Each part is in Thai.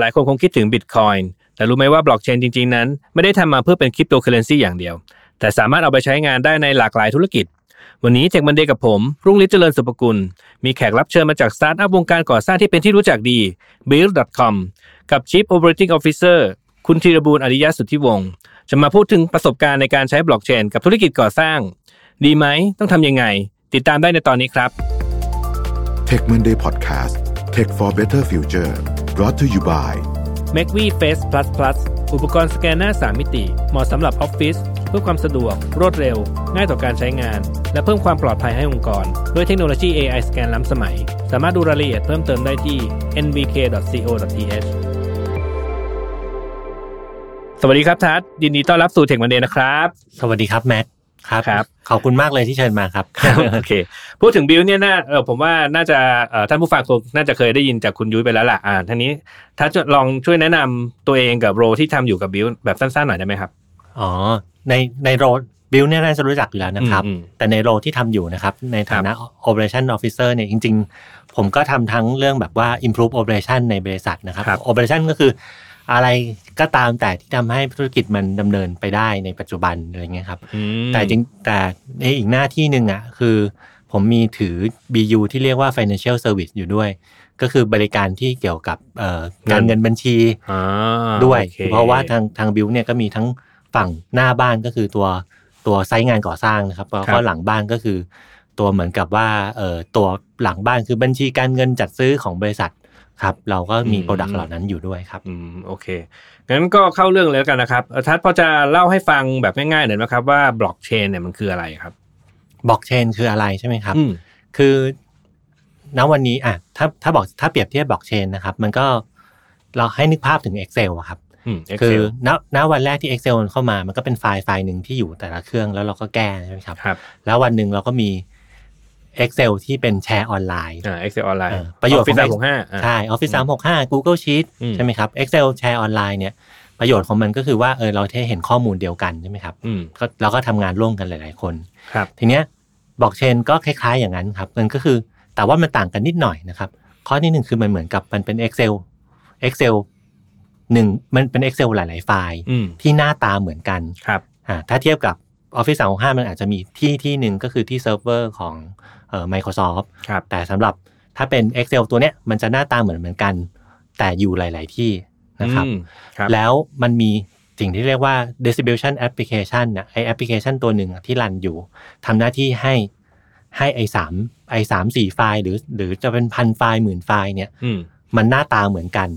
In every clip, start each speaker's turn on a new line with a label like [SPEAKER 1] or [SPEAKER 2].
[SPEAKER 1] หลายคนคงคิดถึงบิตคอยน์แต่รู้ไหมว่าบล็อกเชนจริงๆนั้น ไม่ได้ทำมาเพื่อเป็นคริปโตเคอเรนซีอย่างเดียว แต่สามารถเอาไปใช้งานได้ในหลากหลายธุรกิจ วันนี้เจกมันเดย์กับผม รุ่งฤทธิ์เจริญสุภกุล มีแขกรับเชิญมาจากสตาร์ทอัพวงการก่อสร้างที่เป็นที่รู้จักดี b u i l d c o m กับ Chief Operating Officer คุณธีรบูรณ์อริยสุทธิวงศ์จะมาพูดถึงประสบการณ์ในการใช้บล็อกเชนกับธุรกิจก่อสร้าง ดีไหมต้องทำยังไง ติดตามได้ในตอนนี้ครับ
[SPEAKER 2] Tech Monday Podcast Tech for Better Future brought to you by
[SPEAKER 1] m a c v Face Plus Plus อุปกรณ์สแกนหน้า 3 มิติ เหมาะสำหรับออฟฟิศเพื่อความสะดวก รวดเร็ว ง่ายต่อการใช้งาน และเพิ่มความปลอดภัยให้องค์กร ด้วยเทคโนโลยี AI สแกนล้ำสมัย สามารถดูรายละเอียดเพิ่มเติมได้ที่ nvk.co.th สวัสดีครับทัศน์ยินดีต้อนรับสู่เทควันเดย์นะครับ
[SPEAKER 3] สวัสดีครับ แม็กครับ
[SPEAKER 1] ครับ
[SPEAKER 3] ขอบคุณมากเลยที่เชิญมาครับ
[SPEAKER 1] โอเค พูดถึงบิลเนี่ยน่าเออผมว่าน่าจะเอ่อท่านผู้ฟังคงน่าจะเคยได้ยินจากคุณยุ้ยไปแล้วล่ะอ่าท่านนี้ถ้าจะลองช่วยแนะนำตัวเองกับโรที่ทำอยู่กับบิลแบบสั้นๆหน่อยได้ไหมครับ
[SPEAKER 3] อ๋อ ในในโรดบิลเนี่ยน่าจะรู้จักอยู่แล้วนะครับ
[SPEAKER 1] อืมอืม
[SPEAKER 3] แต่ในโรที่ทำอยู่นะครับ ในฐานะ Operation Officer เนี่ยจริง ๆ ผมก็ทำทั้งเรื่องแบบว่า improve operation ในบริษัทนะครับ
[SPEAKER 1] ครับ
[SPEAKER 3] operation ก็คืออะไรก็ตามแต่ที่ทำให้ธุรกิจมันดำเนินไปได้ในปัจจุบันอะไรเงี้ยครับ
[SPEAKER 1] อืม
[SPEAKER 3] แต่จริงแต่ในอีกหน้าที่หนึ่งอ่ะคือผมมีถือ BU ที่เรียกว่า financial service อยู่ด้วย ก็คือบริการที่เกี่ยวกับเอ่อการ
[SPEAKER 1] เงิน
[SPEAKER 3] เงินบัญชี
[SPEAKER 1] อ่า
[SPEAKER 3] ด้วย
[SPEAKER 1] โอค
[SPEAKER 3] เพราะว่าทางทางบิวเนี่ยก็มีทั้งฝั่งหน้าบ้านก็คือตัวตัวไซต์งานก่อสร้างนะครับแล้ว
[SPEAKER 1] ครั
[SPEAKER 3] ก็
[SPEAKER 1] บ
[SPEAKER 3] หลังบ้านก็คือ ตัวเหมือนกับว่าเอ่อตัวหลังบ้านคือบัญชีการเงินจัดซื้อของบริษัทครับเราก็มีโปรดักต์เหล่านั้นอยู่ด้วยครับ
[SPEAKER 1] อืมโอเค งั้นก็เข้าเรื่องเลยแล้วกันนะครับเอ่อทัศน์พอจะเล่าให้ฟังแบบง่ายๆหน่อยนะครับ ว่าบล็อกเชนเนี่ยมันคืออะไรครับ
[SPEAKER 3] บอกเชนคืออะไรใช่ไหมครับ
[SPEAKER 1] อืม
[SPEAKER 3] คือณวันนี้อ่ะถ้าถ้าบอกถ้าเปรียบเทียบบอกเชนนะครับ มันก็เราให้นึกภาพถึง Excel อะครับ
[SPEAKER 1] อืม Excel
[SPEAKER 3] คือณณวันแรกที่ Excel มันเข้ามา มันก็เป็นไฟล์ไฟล์หนึ่งที่อยู่แต่ละเครื่องแล้วเราก็แก้ใช่ไหมครับ
[SPEAKER 1] ครับ
[SPEAKER 3] แล้ววันหนึ่งเราก็มี Excel ที่เป็นแชร์ออนไลน์
[SPEAKER 1] อ่า Excel ออนไลน์
[SPEAKER 3] เออประโยชน์
[SPEAKER 1] ฟิศ
[SPEAKER 3] ข
[SPEAKER 1] สา
[SPEAKER 3] อ
[SPEAKER 1] มห
[SPEAKER 3] ง
[SPEAKER 1] กห้า
[SPEAKER 3] ใช่ Office 365 Google Sheet
[SPEAKER 1] อืม
[SPEAKER 3] ใช่ไหมครับ Excel แชร์ออนไลน์เนี่ยประโยชน์ของมันก็คือว่าเออเราได้เห็นข้อมูลเดียวกันใช่ไหมครับ
[SPEAKER 1] อืม
[SPEAKER 3] ก็เราก็ทำงานร่วมกันหลาย ๆ คน
[SPEAKER 1] ครับ
[SPEAKER 3] ทีเนี้ยบล็อกเชนก็คล้าย ๆ อย่างนั้นครับมันก็คือแต่ว่ามันต่างกันนิดหน่อยนะครับ ข้อที่หนึ่งคือมันเหมือนกับมันเป็น Excel Excel หนึ่งมันเป็น Excel หลาย ๆ ไฟล์
[SPEAKER 1] อืม
[SPEAKER 3] ที่หน้าตาเหมือนกัน
[SPEAKER 1] ครับ
[SPEAKER 3] อ่าถ้าเทียบกับ Office 365 มันอาจจะมีที่ที่หนึ่งก็คือที่เซิร์ฟเวอร์ของเอ่อ Microsoft
[SPEAKER 1] ครับ
[SPEAKER 3] แต่สำหรับถ้าเป็น Excel ตัวเนี้ยมันจะหน้าตาเหมือนเหมือนกัน แต่อยู่หลาย ๆ ที่นะครับ
[SPEAKER 1] อืมครับ
[SPEAKER 3] แล้วมันมีสิ่งที่เรียกว่า distribution application นะไอแอปพลิเคชันตัวหนึ่งอะที่รันอยู่ทำหน้าที่ให้ให้ไอสามไอสามสี่ไฟล์หรือหรือจะเป็นพันไฟล์หมื่นไฟล์เนี่ย
[SPEAKER 1] อืม
[SPEAKER 3] มันหน้าตาเหมือนกัน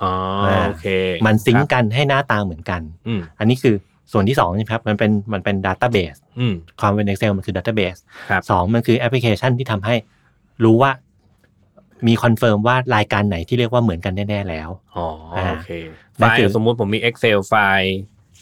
[SPEAKER 1] อ๋อ
[SPEAKER 3] อ่า
[SPEAKER 1] โอเค
[SPEAKER 3] มันซิงก์
[SPEAKER 1] ครับ
[SPEAKER 3] กันให้หน้าตาเหมือนกัน
[SPEAKER 1] อืม
[SPEAKER 3] อันนี้คือส่วนที่2นะครับมันเป็นมันเป็น database
[SPEAKER 1] อืม
[SPEAKER 3] ความเป็น Excel มันคือ database
[SPEAKER 1] ครับ
[SPEAKER 3] สองมันคือแอปพลิเคชันที่ทำให้รู้ว่ามีคอนเฟิร์มว่ารายการไหนที่เรียกว่าเหมือนกันแน่ ๆ แล้ว
[SPEAKER 1] อ๋อโอเคไฟ
[SPEAKER 3] นั่น
[SPEAKER 1] ล์
[SPEAKER 3] คือ
[SPEAKER 1] สมมุติผมมี Excel ไฟล์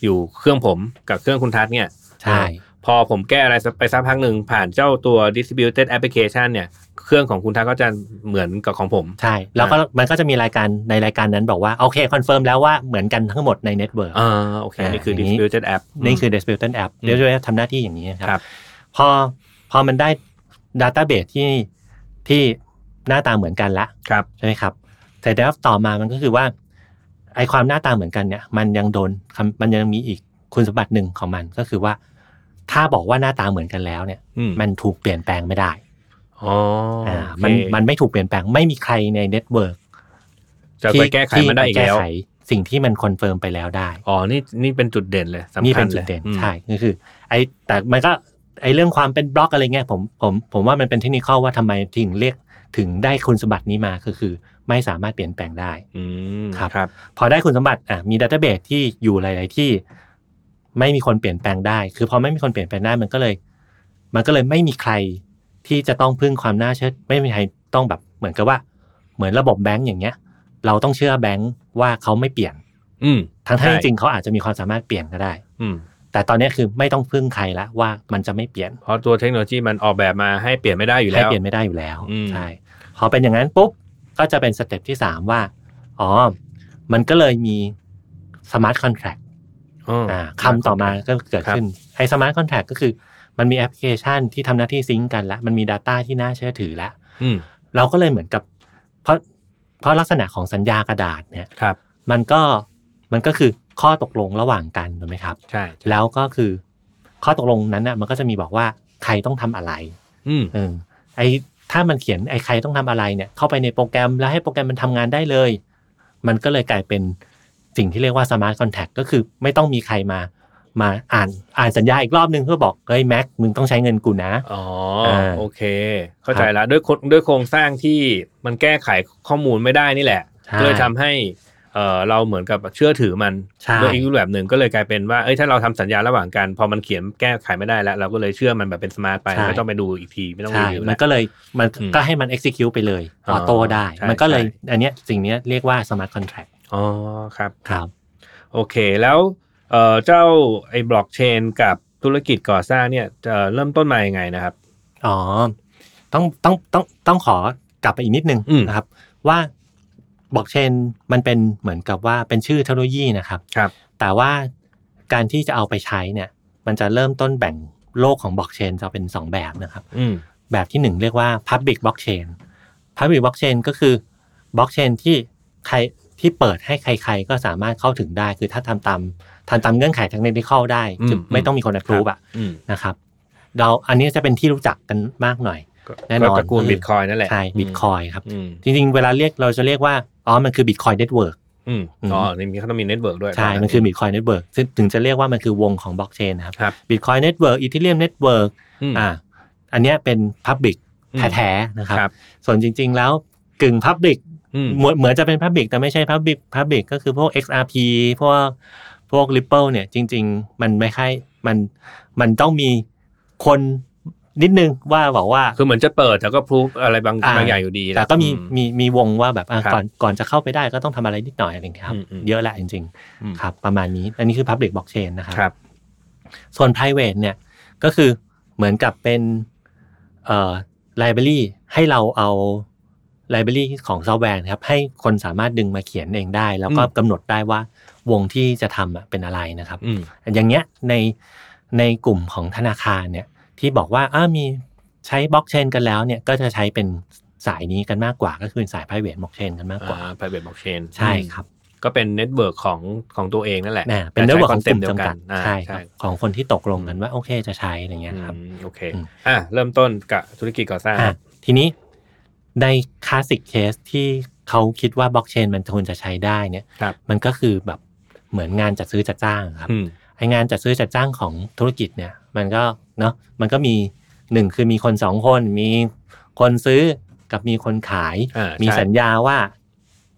[SPEAKER 1] อยู่เครื่องผมกับเครื่องคุณทัศน์เนี่ย
[SPEAKER 3] ใช่
[SPEAKER 1] พอผมแก้อะไรสักไปสักพักหนึ่งผ่านเจ้าตัว distributed application เนี่ย เครื่องของคุณทัศน์ก็จะเหมือนกับของผม
[SPEAKER 3] ใช่ แล้วก็มันก็จะมีรายการในรายการนั้นบอกว่า โอเคคอนเฟิร์มแล้วว่าเหมือนกันทั้งหมดในเน็ตเวิร์ก
[SPEAKER 1] อ่าโอเค
[SPEAKER 3] อ่า
[SPEAKER 1] นี่คือ
[SPEAKER 3] อย่างนี้
[SPEAKER 1] distributed app
[SPEAKER 3] นี่คือ Distributed App
[SPEAKER 1] อืม
[SPEAKER 3] Distributed App ทำหน้าที่อย่างนี้นะ
[SPEAKER 1] ค
[SPEAKER 3] ค
[SPEAKER 1] รั
[SPEAKER 3] รับ บ พอพอมันได้ Database ที่ที่หน้าตาเหมือนกันละ
[SPEAKER 1] ครับ
[SPEAKER 3] ใช่ไหมครับแต่แล้วต่อมามันก็คือว่าไอความหน้าตาเหมือนกันเนี่ยมันยังโดนคำมันยังมีอีกคุณสมบัติหนึ่งของมันก็คือว่า ถ้าบอกว่าหน้าตาเหมือนกันแล้วเนี่ย
[SPEAKER 1] อืม
[SPEAKER 3] มันถูกเปลี่ยนแปลงไม่ได้
[SPEAKER 1] อ๋ออ่
[SPEAKER 3] ามัน
[SPEAKER 1] โอเค
[SPEAKER 3] มันไม่ถูกเปลี่ยนแปลงไม่มีใครในเน็ตเวิร์ก
[SPEAKER 1] จะไปแก้ไขมันได้อีกแล้ว
[SPEAKER 3] สิ่งที่มันคอนเฟิร์มไปแล้วได้
[SPEAKER 1] อ๋อ นี่นี่เป็นจุดเด่นเลยสำคัญ
[SPEAKER 3] นี่เป็นจุดเด่
[SPEAKER 1] ล
[SPEAKER 3] น
[SPEAKER 1] ยอืม
[SPEAKER 3] ใช่ก็คือไอแต่มันก็ไอเรื่องความเป็นบล็อกอะไรเงี้ยผมผมผมว่ามันเป็นเทคนิคข้อว่าทำไมถึงเรียกถึงได้คุณสมบัตินี้มาก็คือ ไม่สามารถเปลี่ยนแปลงได้
[SPEAKER 1] อืม
[SPEAKER 3] ครับ
[SPEAKER 1] ครับ
[SPEAKER 3] พอได้คุณสมบัติอ่ะมีดัตเตอร์เบสที่อยู่หลาย ๆ ที่ไม่มีคนเปลี่ยนแปลงได้ คือพอไม่มีคนเปลี่ยนแปลงได้มันก็เลย มันก็เลยไม่มีใครที่จะต้องพึ่งความน่าเชื่อไม่มีใครต้องแบบเหมือนกับว่า เหมือนระบบแบงก์อย่างเงี้ย เราต้องเชื่อแบงก์ว่าเขาไม่เปลี่ยน
[SPEAKER 1] อืม
[SPEAKER 3] ทั้ง
[SPEAKER 1] ใช่
[SPEAKER 3] ที่จริงๆเขาอาจจะมีความสามารถเปลี่ยนก็ได้
[SPEAKER 1] อืม
[SPEAKER 3] แต่ตอนเนี้ยคือไม่ต้องพึ่งใครละว่ามันจะไม่เปลี่ยน
[SPEAKER 1] เพราะตัวเทคโนโลยีมันออกแบบมาให้เปลี่ยนไม่ได้อยู่
[SPEAKER 3] ให้
[SPEAKER 1] แล้ว
[SPEAKER 3] เปลี่ยนไม่ได้อยู่แล้ว
[SPEAKER 1] อืม
[SPEAKER 3] ใช่พอเป็นอย่างนั้นปุ๊บก็จะเป็นสเต็ปที่สามว่าอ๋อมันก็เลยมีสมาร์ทคอนแท
[SPEAKER 1] อ๋ออ
[SPEAKER 3] อ่าคำต่อมาก็เกิด
[SPEAKER 1] ครับ
[SPEAKER 3] ขึ้นไอ้สมาร์ทคอนแท t ก็คือ มันมีแอปพลิเคชันที่ทำหน้าที่ซิงก์กันละมันมี Data ที่น่าเชื่อถือละ
[SPEAKER 1] อืม
[SPEAKER 3] เราก็เลยเหมือนกับ เพราะ เพราะลักษณะของสัญญากระดาษเนี่ย
[SPEAKER 1] ครับ
[SPEAKER 3] มันก็มันก็คือข้อตกลงระหว่างกันถูกไหมครับ
[SPEAKER 1] ใช่ใช่
[SPEAKER 3] แล้วก็คือข้อตกลงนั้นน่ะมันก็จะมีบอกว่าใครต้องทำอะไร
[SPEAKER 1] อืม
[SPEAKER 3] เออไอถ้ามันเขียนไอใครต้องทำอะไรเนี่ย เข้าไปในโปรแกรมแล้วให้โปรแกรมมันทำงานได้เลย มันก็เลยกลายเป็นสิ่งที่เรียกว่าสมาร์ทคอนแท็กก็คือไม่ต้องมีใครมามาอ่านอ่านสัญญาอีกรอบนึงเพื่อบอกเฮ้ยแม็กมึงต้องใช้เงินกูนะ
[SPEAKER 1] อ๋อ
[SPEAKER 3] อ่า
[SPEAKER 1] โอเค เข้าใจแล้วด้วยโคด้วยโครงสร้างที่มันแก้ไขข้อมูลไม่ได้นี่แหละก็เลยทำให้เอ่อเราเหมือนกับเชื่อถือมัน
[SPEAKER 3] ใช่
[SPEAKER 1] ด้วยอีกรูปแบบหนึ่งก็เลยกลายเป็นว่าเอ้ยถ้าเราทำสัญญาระหว่างกัน พอมันเขียนแก้ไขไม่ได้แล้ว เราก็เลยเชื่อมันแบบเป็นสมาร์ทไป
[SPEAKER 3] ใช่
[SPEAKER 1] ไม่ต้องไปดูอีกทีไม่ต้อง
[SPEAKER 3] ใช่
[SPEAKER 1] รีวิว
[SPEAKER 3] มัน
[SPEAKER 1] แล้ว
[SPEAKER 3] ก็เลยมัน
[SPEAKER 1] อืม
[SPEAKER 3] ก็ให้มัน execute ไปเลย
[SPEAKER 1] อ๋
[SPEAKER 3] อ
[SPEAKER 1] อ
[SPEAKER 3] อโต้ได้
[SPEAKER 1] ใช่
[SPEAKER 3] มันก็เลย
[SPEAKER 1] ใช่
[SPEAKER 3] อันเนี้ยสิ่งเนี้ยเรียกว่า smart contract
[SPEAKER 1] อ๋อครับ
[SPEAKER 3] ครับ
[SPEAKER 1] โอเคแล้วเอ่อเจ้าไอ้บล็อกเชนกับธุรกิจก่อสร้างเนี่ยจะเริ่มต้นมายังไงนะครับ
[SPEAKER 3] อ๋อต้องต้องต้องต้องขอกลับไปอีกนิดนึง
[SPEAKER 1] อืม
[SPEAKER 3] นะครับ ว่าบล็อกเชนมันเป็นเหมือนกับว่าเป็นชื่อเทคโนโลยีนะครับ
[SPEAKER 1] ครับ
[SPEAKER 3] แต่ว่าการที่จะเอาไปใช้เนี่ย มันจะเริ่มต้นแบ่งโลกของบล็อกเชนจะเป็น 2 แบบนะครับ
[SPEAKER 1] อืม
[SPEAKER 3] แบบที่หนึ่งเรียกว่า Public Blockchain Public Blockchain ก็คือบล็อกเชนที่ใครที่เปิดให้ใคร ๆ ก็สามารถเข้าถึงได้ คือถ้าทำตามทำตามเงื่อนไขทางเทคนิคได้คือไม่ต้องมีคนอัพรูปอะ
[SPEAKER 1] อืม
[SPEAKER 3] นะครับ เราอันนี้จะเป็นที่รู้จักกันมากหน่อย
[SPEAKER 1] ก็
[SPEAKER 3] แน่นอน
[SPEAKER 1] ก็ตระกูลบิตคอยนั่นแหละ
[SPEAKER 3] ใช่บิตคอยครับ
[SPEAKER 1] อืม
[SPEAKER 3] จริงๆ เวลาเรียกเราจะเรียกว่า อ๋อ มันคือบิตคอยเน็ตเวิร์ก
[SPEAKER 1] อืม
[SPEAKER 3] อืม
[SPEAKER 1] อ๋อนี่มีเขาต้องมีเน็ตเวิร์กด้วย
[SPEAKER 3] ใช่ มันคือบิตคอยเน็ตเวิร์กถึงจะเรียกว่ามันคือวงของบล็อกเชนนะครับ
[SPEAKER 1] ครับ
[SPEAKER 3] บิตคอยเน็ตเวิร์กอีเทเรียมเน็ตเวิร์ก
[SPEAKER 1] อืม
[SPEAKER 3] อ่าอันเนี้ยเป็นพับบิกแท้ๆนะครับ
[SPEAKER 1] ครับ
[SPEAKER 3] ส่วนจริง ๆ แล้วกึ่งพับบิก
[SPEAKER 1] อืม
[SPEAKER 3] เหมือนเหมือนจะเป็น Public แต่ไม่ใช่ Public Public ก็คือพวก XRP พวกพวก Ripple เนี่ยจริง ๆ มันไม่ใช่มันมันต้องมีคนนิดนึงว่าบอกว่า
[SPEAKER 1] คือเหมือนจะเปิดแต่ก็พรูฟอะไรบาง
[SPEAKER 3] อ่า
[SPEAKER 1] บางอย่างอยู่ดีนะ
[SPEAKER 3] แต่ก็มี
[SPEAKER 1] อื
[SPEAKER 3] มีมีวงว่าแบบอ่ะ
[SPEAKER 1] ครับ
[SPEAKER 3] ก่อนก่อนจะเข้าไปได้ก็ต้องทำอะไรนิดหน่อยอะไรอย่างเงี้ยครับ
[SPEAKER 1] อืมอืม
[SPEAKER 3] เยอะแหละจริง
[SPEAKER 1] อืม
[SPEAKER 3] ๆครับประมาณนี้ อันนี้คือ Public Blockchain นะครับ
[SPEAKER 1] ครับ
[SPEAKER 3] ส่วน private เนี่ยก็คือเหมือนกับเป็นเอ่อ library ให้เราเอา library ของซอฟต์แวร์นะครับให้คนสามารถดึงมาเขียนเองได้ แล้วก็
[SPEAKER 1] อืม
[SPEAKER 3] กำหนดได้ว่าวงที่จะทำอะเป็นอะไรนะครับ
[SPEAKER 1] อืม
[SPEAKER 3] อย่างเงี้ยในในกลุ่มของธนาคารเนี่ยที่บอกว่าอ้ามีใช้บล็อกเชนกันแล้วเนี่ยก็จะใช้เป็นสายนี้กันมากกว่าก็คือสาย private blockchain กันมากกว่า
[SPEAKER 1] อ่า private blockchain
[SPEAKER 3] ใช่ครับ
[SPEAKER 1] ก็เป็นเน็ตเวิร์กของของตัวเองนั่นแหละ
[SPEAKER 3] นะเป็นเรื่องของกลุ่ม
[SPEAKER 1] แต่ใช้ concept เดียว
[SPEAKER 3] จำกัด
[SPEAKER 1] อ่า
[SPEAKER 3] ใช่ครับของคนที่ตกลงกันว่าโอเคจะใช้อะไรเงี้ยครับ
[SPEAKER 1] อืมโอเค
[SPEAKER 3] อืม
[SPEAKER 1] อ่ะเริ่มต้นกับธุรกิจก่อสร้าง
[SPEAKER 3] อ่ะทีนี้ในคลาสสิกเคสที่เขาคิดว่าบล็อกเชนมันควรจะใช้ได้เนี่ย
[SPEAKER 1] ครับ
[SPEAKER 3] มันก็คือแบบเหมือนงานจัดซื้อจัดจ้างครับ
[SPEAKER 1] อืม
[SPEAKER 3] ไองานจัดซื้อจัดจ้างของธุรกิจเนี่ยมันก็เนาะมันก็มีหนึ่งคือมีคนสองคนมีคนซื้อกับมีคนขาย
[SPEAKER 1] อ่า
[SPEAKER 3] มี
[SPEAKER 1] มี
[SPEAKER 3] สัญญาว่า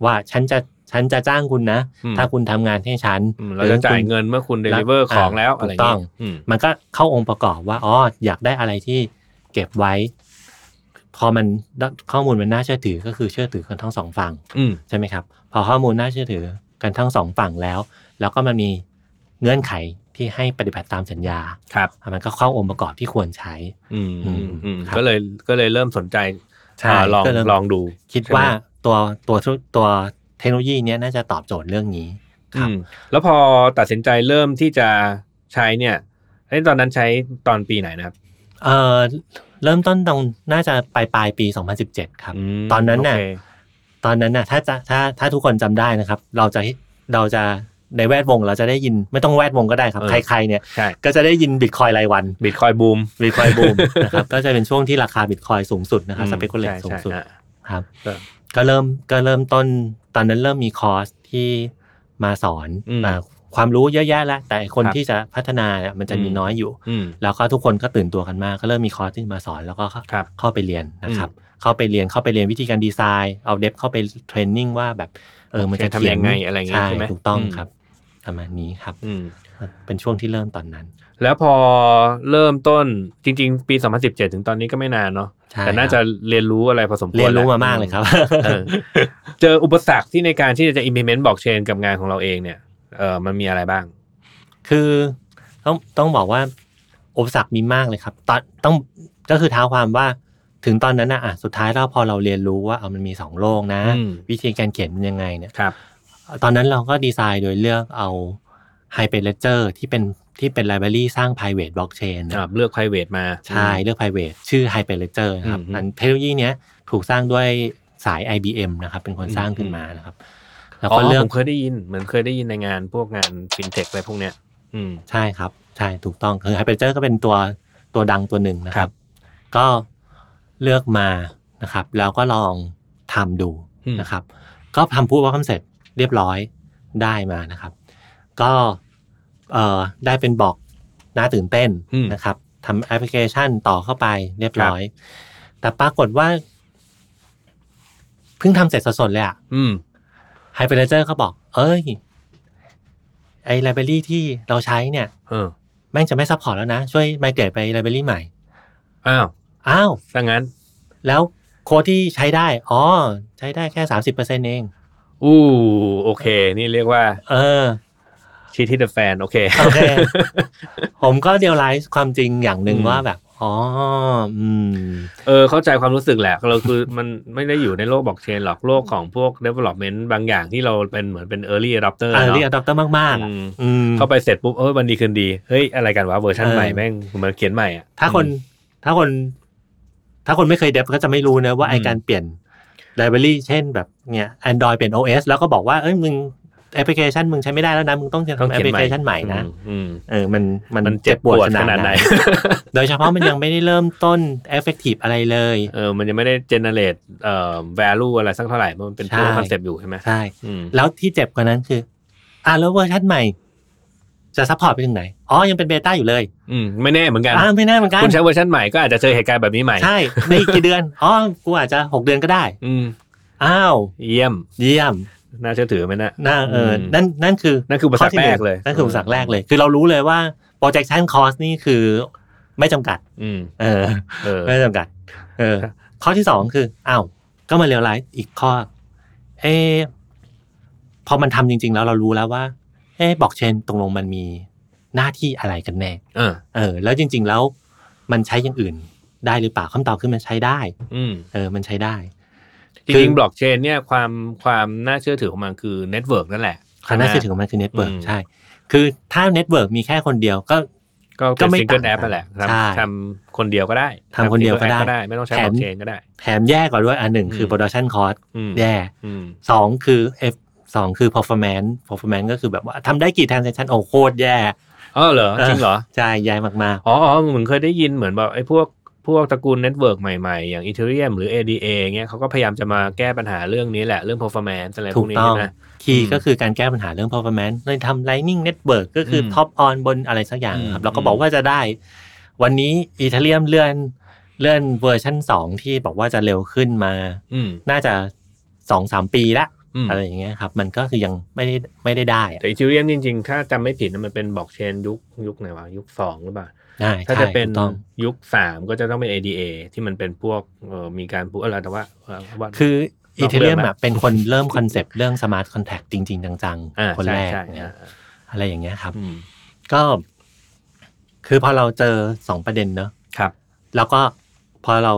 [SPEAKER 3] ว่าฉันจะฉันจะจ้างคุณนะ
[SPEAKER 1] อืม
[SPEAKER 3] ถ้าคุณทำงานให้ฉัน
[SPEAKER 1] เราจะจ่าย
[SPEAKER 3] หอคุณ
[SPEAKER 1] เงินเมื่อคุณ deliver
[SPEAKER 3] รับ
[SPEAKER 1] ของแล้ว
[SPEAKER 3] อ่า
[SPEAKER 1] อะไร
[SPEAKER 3] ถูกต้
[SPEAKER 1] เงี้
[SPEAKER 3] อง
[SPEAKER 1] ยอืม
[SPEAKER 3] มันก็เข้าองค์ประกอบว่าอ๋ออยากได้อะไรที่เก็บไว้ พอมันข้อมูลมันน่าเชื่อถือก็คือเชื่อถือกันทั้งสองฝั่ง
[SPEAKER 1] อืม
[SPEAKER 3] ใช่ไหมครับ พอข้อมูลน่าเชื่อถือกันทั้งสองฝั่งแล้ว แล้วก็มันมีเงื่อนไขที่ให้ปฏิบัติตามสัญญา
[SPEAKER 1] ครับ
[SPEAKER 3] อ่ะมันก็เข้าองค์ประกอบที่ควรใช้
[SPEAKER 1] อืมอืมอืม
[SPEAKER 3] ครับ
[SPEAKER 1] ก็เลยก็เลยเริ่มสนใจ
[SPEAKER 3] ใช่
[SPEAKER 1] อ่าลอง
[SPEAKER 3] ก็เริ่ม
[SPEAKER 1] ลองดู
[SPEAKER 3] คิด
[SPEAKER 1] ใช่ไหม
[SPEAKER 3] ว่าตัวตัวธุตัวเทคโนโลยีเนี้ยน่าจะตอบโจทย์เรื่องนี้ค
[SPEAKER 1] อื
[SPEAKER 3] รับ
[SPEAKER 1] มแล้วพอตัดสินใจเริ่มที่จะใช้เนี่ยไอ้ยตอนนั้นใช้ตอนปีไหนนะครับ
[SPEAKER 3] เอ่อเริ่มต้นตรงน่าจะปลายปลายๆปี 2017 ครับ
[SPEAKER 1] ม
[SPEAKER 3] ตอนนั้นน่ะ
[SPEAKER 1] โอเค
[SPEAKER 3] ตอนนั้นน่ะถ้าจะถ้าถ้าทุกคนจำได้นะครับ เราจะเราจะในแวดวงเราจะได้ยินไม่ต้องแวดวงก็ได้ครับใครๆเนี่ย
[SPEAKER 1] ใช่
[SPEAKER 3] ก็จะได้ยินบิตคอยรายวัน
[SPEAKER 1] บิตคอยบูม
[SPEAKER 3] บิ ตคอยบูม นะครับก็จะเป็นช่วงที่ราคาบิตคอยสูงสุดนะครับสเปกุเลตสูงสุด
[SPEAKER 1] ใช่ใช่อ่ะ
[SPEAKER 3] ครับ
[SPEAKER 1] เออ
[SPEAKER 3] ก็เริ่มก็เริ่มต้นตอนนั้นเริ่มมีคอร์สที่มาสอน
[SPEAKER 1] อืม
[SPEAKER 3] อ่าความรู้เยอะแยะแล้วแต่คน
[SPEAKER 1] ครับ
[SPEAKER 3] ที่จะพัฒนาเนี่ยมันจะมี
[SPEAKER 1] อืม
[SPEAKER 3] น้อยอยู่
[SPEAKER 1] อืม
[SPEAKER 3] แล้วก็ทุกคนก็ตื่นตัวกันมาก ก็เริ่มมีคอร์สที่มาสอนแล้วก็เข้า
[SPEAKER 1] ครับ
[SPEAKER 3] เข้าไปเรียนนะครับ เข้าไปเรียนเข้าไปเรียนวิธีการดีไซน์เอาเดฟเข้าไปเทรนนิ่งว่าแบบเออมันจะ
[SPEAKER 1] โอเคทำ
[SPEAKER 3] เขียน
[SPEAKER 1] ยังไงอะไรอย่างงี้ใช่ไหม
[SPEAKER 3] ถูกต้อง
[SPEAKER 1] อืม
[SPEAKER 3] ครับประมาณนี้ครับ
[SPEAKER 1] อืม
[SPEAKER 3] เป็นช่วงที่เริ่มตอนนั้น
[SPEAKER 1] แล้วพอเริ่มต้นจริง ๆ ปี 2017 ถึงตอนนี้ก็ไม่นานเนาะ
[SPEAKER 3] ใช่
[SPEAKER 1] แต่น่า
[SPEAKER 3] ค
[SPEAKER 1] จะ
[SPEAKER 3] รับ
[SPEAKER 1] เรียนรู้อะไรพอสมควร
[SPEAKER 3] เรียนรู้
[SPEAKER 1] แหะ
[SPEAKER 3] มามากเลยครับ
[SPEAKER 1] เอ อเจออุปสรรคที่ในการที่จะ implement blockchain กับงานของเราเองเนี่ยเออมันมีอะไรบ้าง
[SPEAKER 3] คือต้องต้องบอกว่าอุปสรรคมีมากเลยครับตอนต้องก็คือเท้าความว่าถึงตอนนั้นนะอ่ะสุดท้ายเราพอเราเรียนรู้ว่าเอามันมีสองโลกนะ
[SPEAKER 1] อืม
[SPEAKER 3] วิธีการเขียนมันยังไงเนี่ย
[SPEAKER 1] ครับ
[SPEAKER 3] ตอนนั้นเราก็ดีไซน์โดยเลือกเอา Hyperledger ที่เป็นที่เป็น library สร้าง private blockchain นะ
[SPEAKER 1] อ่าเลือก private มา
[SPEAKER 3] ใช่เลือก private ชื่อ Hyperledger นะครับ
[SPEAKER 1] อืม
[SPEAKER 3] อันเทคโนโลยีเนี้ยถูกสร้างด้วย สาย IBM นะครับ เป็นคนสร้างขึ้นมานะครับ แล้ว
[SPEAKER 1] อ๋
[SPEAKER 3] ก็
[SPEAKER 1] อ
[SPEAKER 3] เลือ
[SPEAKER 1] ผ
[SPEAKER 3] ก
[SPEAKER 1] มเคยได้ยิน เหมือนเคยได้ยินในงานพวกงานฟินเทคอะไรพวกเนี้ย อืม
[SPEAKER 3] ใช่ครับ ใช่ถูกต้องคือ Hyperledger ก็เป็นตัวตัวดังตัวหนึ่งนะค
[SPEAKER 1] ครั
[SPEAKER 3] รับ
[SPEAKER 1] บ
[SPEAKER 3] ก็เลือกมานะครับ แล้วก็ลองทำดู
[SPEAKER 1] อืม
[SPEAKER 3] นะครับ ก็ทำพูดว่าคำเสร็จเรียบร้อยได้มานะครับ ก็เอ่อได้เป็นบอกน่าตื่นเต้น
[SPEAKER 1] อืม
[SPEAKER 3] นะครับทำแอปพลิเคชันต่อเข้าไปเรียบร้อย แต่ปรากฏว่า เพิ่งทำเสร็จสดๆเลยอะ
[SPEAKER 1] อืม
[SPEAKER 3] ไฮเปอร์เลเจอร์เขาบอก เอ้ย ไอไลบรารีที่เราใช้เนี่ย
[SPEAKER 1] เออ
[SPEAKER 3] แม่งจะไม่ซัพพอร์ตแล้วนะ ช่วยไมเกรดไปไลบรารีใหม่
[SPEAKER 1] อ้าว
[SPEAKER 3] อ้าว
[SPEAKER 1] ถ้างั้น
[SPEAKER 3] แล้วโค้ดที่ใช้ได้ อ๋อ ใช้ได้แค่สามสิบเปอร์เซ็นเอง
[SPEAKER 1] อู้โอเค นี่เรียกว่า
[SPEAKER 3] เออ
[SPEAKER 1] ชีที่เดอะแฟน โอเค
[SPEAKER 3] โอ เค ผมก็เดียลไลซ์ความจริงอย่างหนึ่ง
[SPEAKER 1] อืม
[SPEAKER 3] ว่าแบบ อ๋อ อืม
[SPEAKER 1] เออ เข้าใจความรู้สึกแหละ เราคือ มันไม่ได้อยู่ในโลกบล็อกเชนหรอก โลกของพวก development บางอย่างที่เราเป็นเหมือนเป็น early adopter
[SPEAKER 3] เออ
[SPEAKER 1] เนาะ
[SPEAKER 3] เรียกดอกเตอร์มากๆอะ
[SPEAKER 1] อืม
[SPEAKER 3] อืม
[SPEAKER 1] เข้าไปเสร็จปุ๊บเออวันดีคืนดี เฮ้ย อะไรกันวะเวอร์ชัน
[SPEAKER 3] เออ
[SPEAKER 1] ใหม่แม่งเหมือนเขียนใหม่อ่ะ
[SPEAKER 3] ถ้าคน ถ้าคน ถ้าคนไม่เคยเดบก็จะไม่รู้นะว่า
[SPEAKER 1] อืม
[SPEAKER 3] ไอการเปลี่ยนไ i บ r a รีเช่นแบบเนี่ย Android เปลี่ยน OS แล้วก็บอกว่า เอ้ยมึงแอปพลิเคชันมึงใช้ไม่ได้แล้วนะ มึงต้อง
[SPEAKER 1] ต้อง
[SPEAKER 3] ทำแอป
[SPEAKER 1] เขียนใหม่
[SPEAKER 3] พลิเคชันใหม่นะ
[SPEAKER 1] อืมอืม
[SPEAKER 3] เออ มันมัน
[SPEAKER 1] มันเจ็บปวดขนาดไหน
[SPEAKER 3] โดยเฉพาะมันยังไม่ได้เริ่มต้น effective อะไรเลย
[SPEAKER 1] เออ มันยังไม่ได้ generate เอ่อ value อะไรสักเท่าไหร่ มันเป็น
[SPEAKER 3] ใช่
[SPEAKER 1] เพื่อคอนเซปต์อยู่ใช่ไหม
[SPEAKER 3] ใช่
[SPEAKER 1] อืม
[SPEAKER 3] แล้วที่เจ็บกว่านั้นคือ อ่ะแล้วเวอร์ชันใหม่ จะซัพพอร์ตไปถึงไหน อ๋อ ยังเป็นเบต้าอยู่เลย
[SPEAKER 1] อืม ไม่แน่เหมือนกัน
[SPEAKER 3] อ่าไม่แน่เหมือนกัน
[SPEAKER 1] คุณใช้เวอร์ชันใหม่ก็อาจจะเจอเหตุการณ์แบบนี้ใหม่
[SPEAKER 3] ใช่ในอีกกี่เดือน อ๋อ กูอาจจะหกเดือนก็ได้
[SPEAKER 1] อืม
[SPEAKER 3] อ้าว
[SPEAKER 1] เยี่ยม
[SPEAKER 3] เยี่ยม
[SPEAKER 1] น่าเชื่อถือไหมนะ
[SPEAKER 3] น่าเอออ
[SPEAKER 1] ม
[SPEAKER 3] นั่นนั่นคือ
[SPEAKER 1] นั่นคืออุปสรรค
[SPEAKER 3] ที่
[SPEAKER 1] แร
[SPEAKER 3] หนึ่
[SPEAKER 1] ก
[SPEAKER 3] ง
[SPEAKER 1] เลย
[SPEAKER 3] นั่นคืออุปสรรคแรกเลย คือเรารู้เลยว่า projection cost นี่คือไม่จำกัด
[SPEAKER 1] อืม
[SPEAKER 3] เออ
[SPEAKER 1] เออ
[SPEAKER 3] ไม่จำกัด เออ
[SPEAKER 1] ครับ
[SPEAKER 3] ข้อที่สองคือ อ้าว ก็มาเรียลไลซ์อีกข้อ เอะพอมันทำจริง ๆ แล้วเรารู้แล้วว่า เอ๊บอกเชนตรงลงมันมีหน้าที่อะไรกันแน่
[SPEAKER 1] เออ
[SPEAKER 3] เออ แล้วจริง ๆ แล้ว มันใช้อย่างอื่น ได้หรือเปล่าคำตอบคือมันใช้ได้
[SPEAKER 1] อืม
[SPEAKER 3] เออ มันใช้ได้
[SPEAKER 1] จริงๆบล็อกเชนเนี่ยความความน่าเชื่อถือของมันคือเน็ตเวิร์กนั่นแหละ
[SPEAKER 3] ความน่าเชื่อถือของมันคือเน็ตเวิร์ก
[SPEAKER 1] อืม
[SPEAKER 3] ใช่ คือถ้าเน็ตเวิร์กมีแค่คนเดียวก็
[SPEAKER 1] ก็เป็
[SPEAKER 3] ก็
[SPEAKER 1] น
[SPEAKER 3] ไม่
[SPEAKER 1] ซิงเกิล
[SPEAKER 3] ต่าง
[SPEAKER 1] แอปนั่นแหละ
[SPEAKER 3] ใช่
[SPEAKER 1] ทำทำคนเดียวก็ได้
[SPEAKER 3] ทำคนเดียวก็ได้
[SPEAKER 1] ทำ single app ไม่ต้องใช้บล็อกเชนก็ได้
[SPEAKER 3] แถมแย่กว่าด้วยอันหนึ่งคือ
[SPEAKER 1] อืม
[SPEAKER 3] production cost
[SPEAKER 1] อืม
[SPEAKER 3] แย่
[SPEAKER 1] อืม
[SPEAKER 3] สองคือ F สองคือ performance performance ก็คือแบบว่าทำได้กี่ transaction โอ้โคตรแย่
[SPEAKER 1] อ๋อเหรอ จริงเหรอ
[SPEAKER 3] ใช่แย่มาก
[SPEAKER 1] อ๋ออ๋อเหมือนเคยได้ยินเหมือนแบบไอ้พวกพวกตระกูลเน็ตเวิร์กใหม่ๆ อย่าง Ethereum หรือ ADA เงี้ยเขาก็พยายามจะมาแก้ปัญหาเรื่องนี้แหละ เรื่อง performance อะไรพ
[SPEAKER 3] ๆถู
[SPEAKER 1] วก
[SPEAKER 3] ก
[SPEAKER 1] นี้
[SPEAKER 3] ต้อ
[SPEAKER 1] ใช่
[SPEAKER 3] ง
[SPEAKER 1] ไหมอื
[SPEAKER 3] คีย์
[SPEAKER 1] ม
[SPEAKER 3] ก็คือการแก้ปัญหาเรื่อง performance เลยทำ lightning network ก็คืออ
[SPEAKER 1] ม
[SPEAKER 3] top on บนอะไรสักอย่าง
[SPEAKER 1] อืม
[SPEAKER 3] ครับ แล้วก็
[SPEAKER 1] อืม
[SPEAKER 3] บอกว่าจะได้ วันนี้อีเทเรียมเลื่อนเลื่อนเวอร์ชันสองที่บอกว่าจะเร็วขึ้นมา
[SPEAKER 1] อืม
[SPEAKER 3] น่าจะสองสามปีละ
[SPEAKER 1] อืม
[SPEAKER 3] อะไรอย่างเงี้ยครับ มันก็คือยังไม่ได้ไม่ได้ได้อะ
[SPEAKER 1] แต่ Ethereum จริงๆ ถ้าจำไม่ผิดนะมันเป็นบล็อกเชนยุคยุคไหนวะ ยุคสองหรือเปล่า
[SPEAKER 3] ใช่
[SPEAKER 1] ถ้า
[SPEAKER 3] ใช่
[SPEAKER 1] จะเป็น
[SPEAKER 3] ถูกต้อง
[SPEAKER 1] ยุคสามก็จะต้องเป็น ADA ที่มันเป็นพวกเอ่อมีการพูดอะไรแต่ว่าเอ่อว่า
[SPEAKER 3] คือ
[SPEAKER 1] ลอ
[SPEAKER 3] อี
[SPEAKER 1] ง
[SPEAKER 3] เท
[SPEAKER 1] เลื
[SPEAKER 3] เรี
[SPEAKER 1] อย ก
[SPEAKER 3] ม
[SPEAKER 1] ไหม
[SPEAKER 3] อ่ะเป็นคนเริ่มคอนเซปต์เรื่องสมาร์ทคอนแทคจริง ๆ จัง
[SPEAKER 1] อ่า
[SPEAKER 3] ๆ คน
[SPEAKER 1] ใช่
[SPEAKER 3] แรก
[SPEAKER 1] ใช่
[SPEAKER 3] เนี่ย
[SPEAKER 1] อ่า
[SPEAKER 3] อะไรอย่างเงี้ยครับ
[SPEAKER 1] อืม
[SPEAKER 3] ก็ คือพอเราเจอสองประเด็นเนอะ
[SPEAKER 1] ครับ
[SPEAKER 3] แล้วก็พอเรา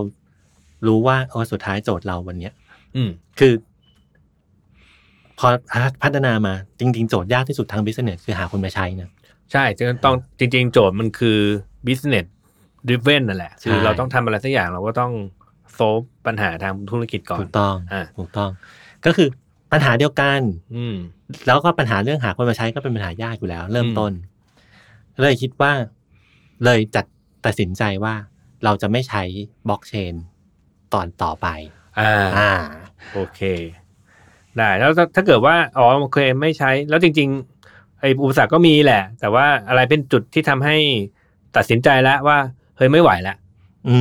[SPEAKER 3] รู้ว่าโอ้สุดท้ายโจทย์เราวันเนี้ย
[SPEAKER 1] อืม
[SPEAKER 3] คือ พอพัฒนามาจริง ๆ โจทย์ยากที่สุดทางบิสเนสคือหาคนมาใช้นะ
[SPEAKER 1] ใช่จึงต้องจริง ๆ โจทย์มันคือ business driven นั่นแหละ คือ
[SPEAKER 3] ใช่
[SPEAKER 1] เราต้องทำอะไรสักอย่างเราก็ต้องโซฟปัญหาทางธุรกิจก่อน
[SPEAKER 3] ถูกต้อง
[SPEAKER 1] อ่า
[SPEAKER 3] ถูกต้อง ก็คือปัญหาเดียวกัน
[SPEAKER 1] อืม
[SPEAKER 3] แล้วก็ปัญหาเรื่องหาคนมาใช้ก็เป็นปัญหายากอยู่แล้ว เริ่มต้น เลยคิดว่า เลยจัดตัดสินใจว่า เราจะไม่ใช้บล็อกเชนตอนต่อไป
[SPEAKER 1] อ่า
[SPEAKER 3] อ่า
[SPEAKER 1] โอเค ได้แล้วถ้าถ้าเกิดว่าอ๋อโอเคไม่ใช้ แล้วจริง ๆ ไออุปสรรคก็มีแหละ แต่ว่าอะไรเป็นจุดที่ทำให้ตัดสินใจแล้วว่าเฮ้ยไม่ไหวละ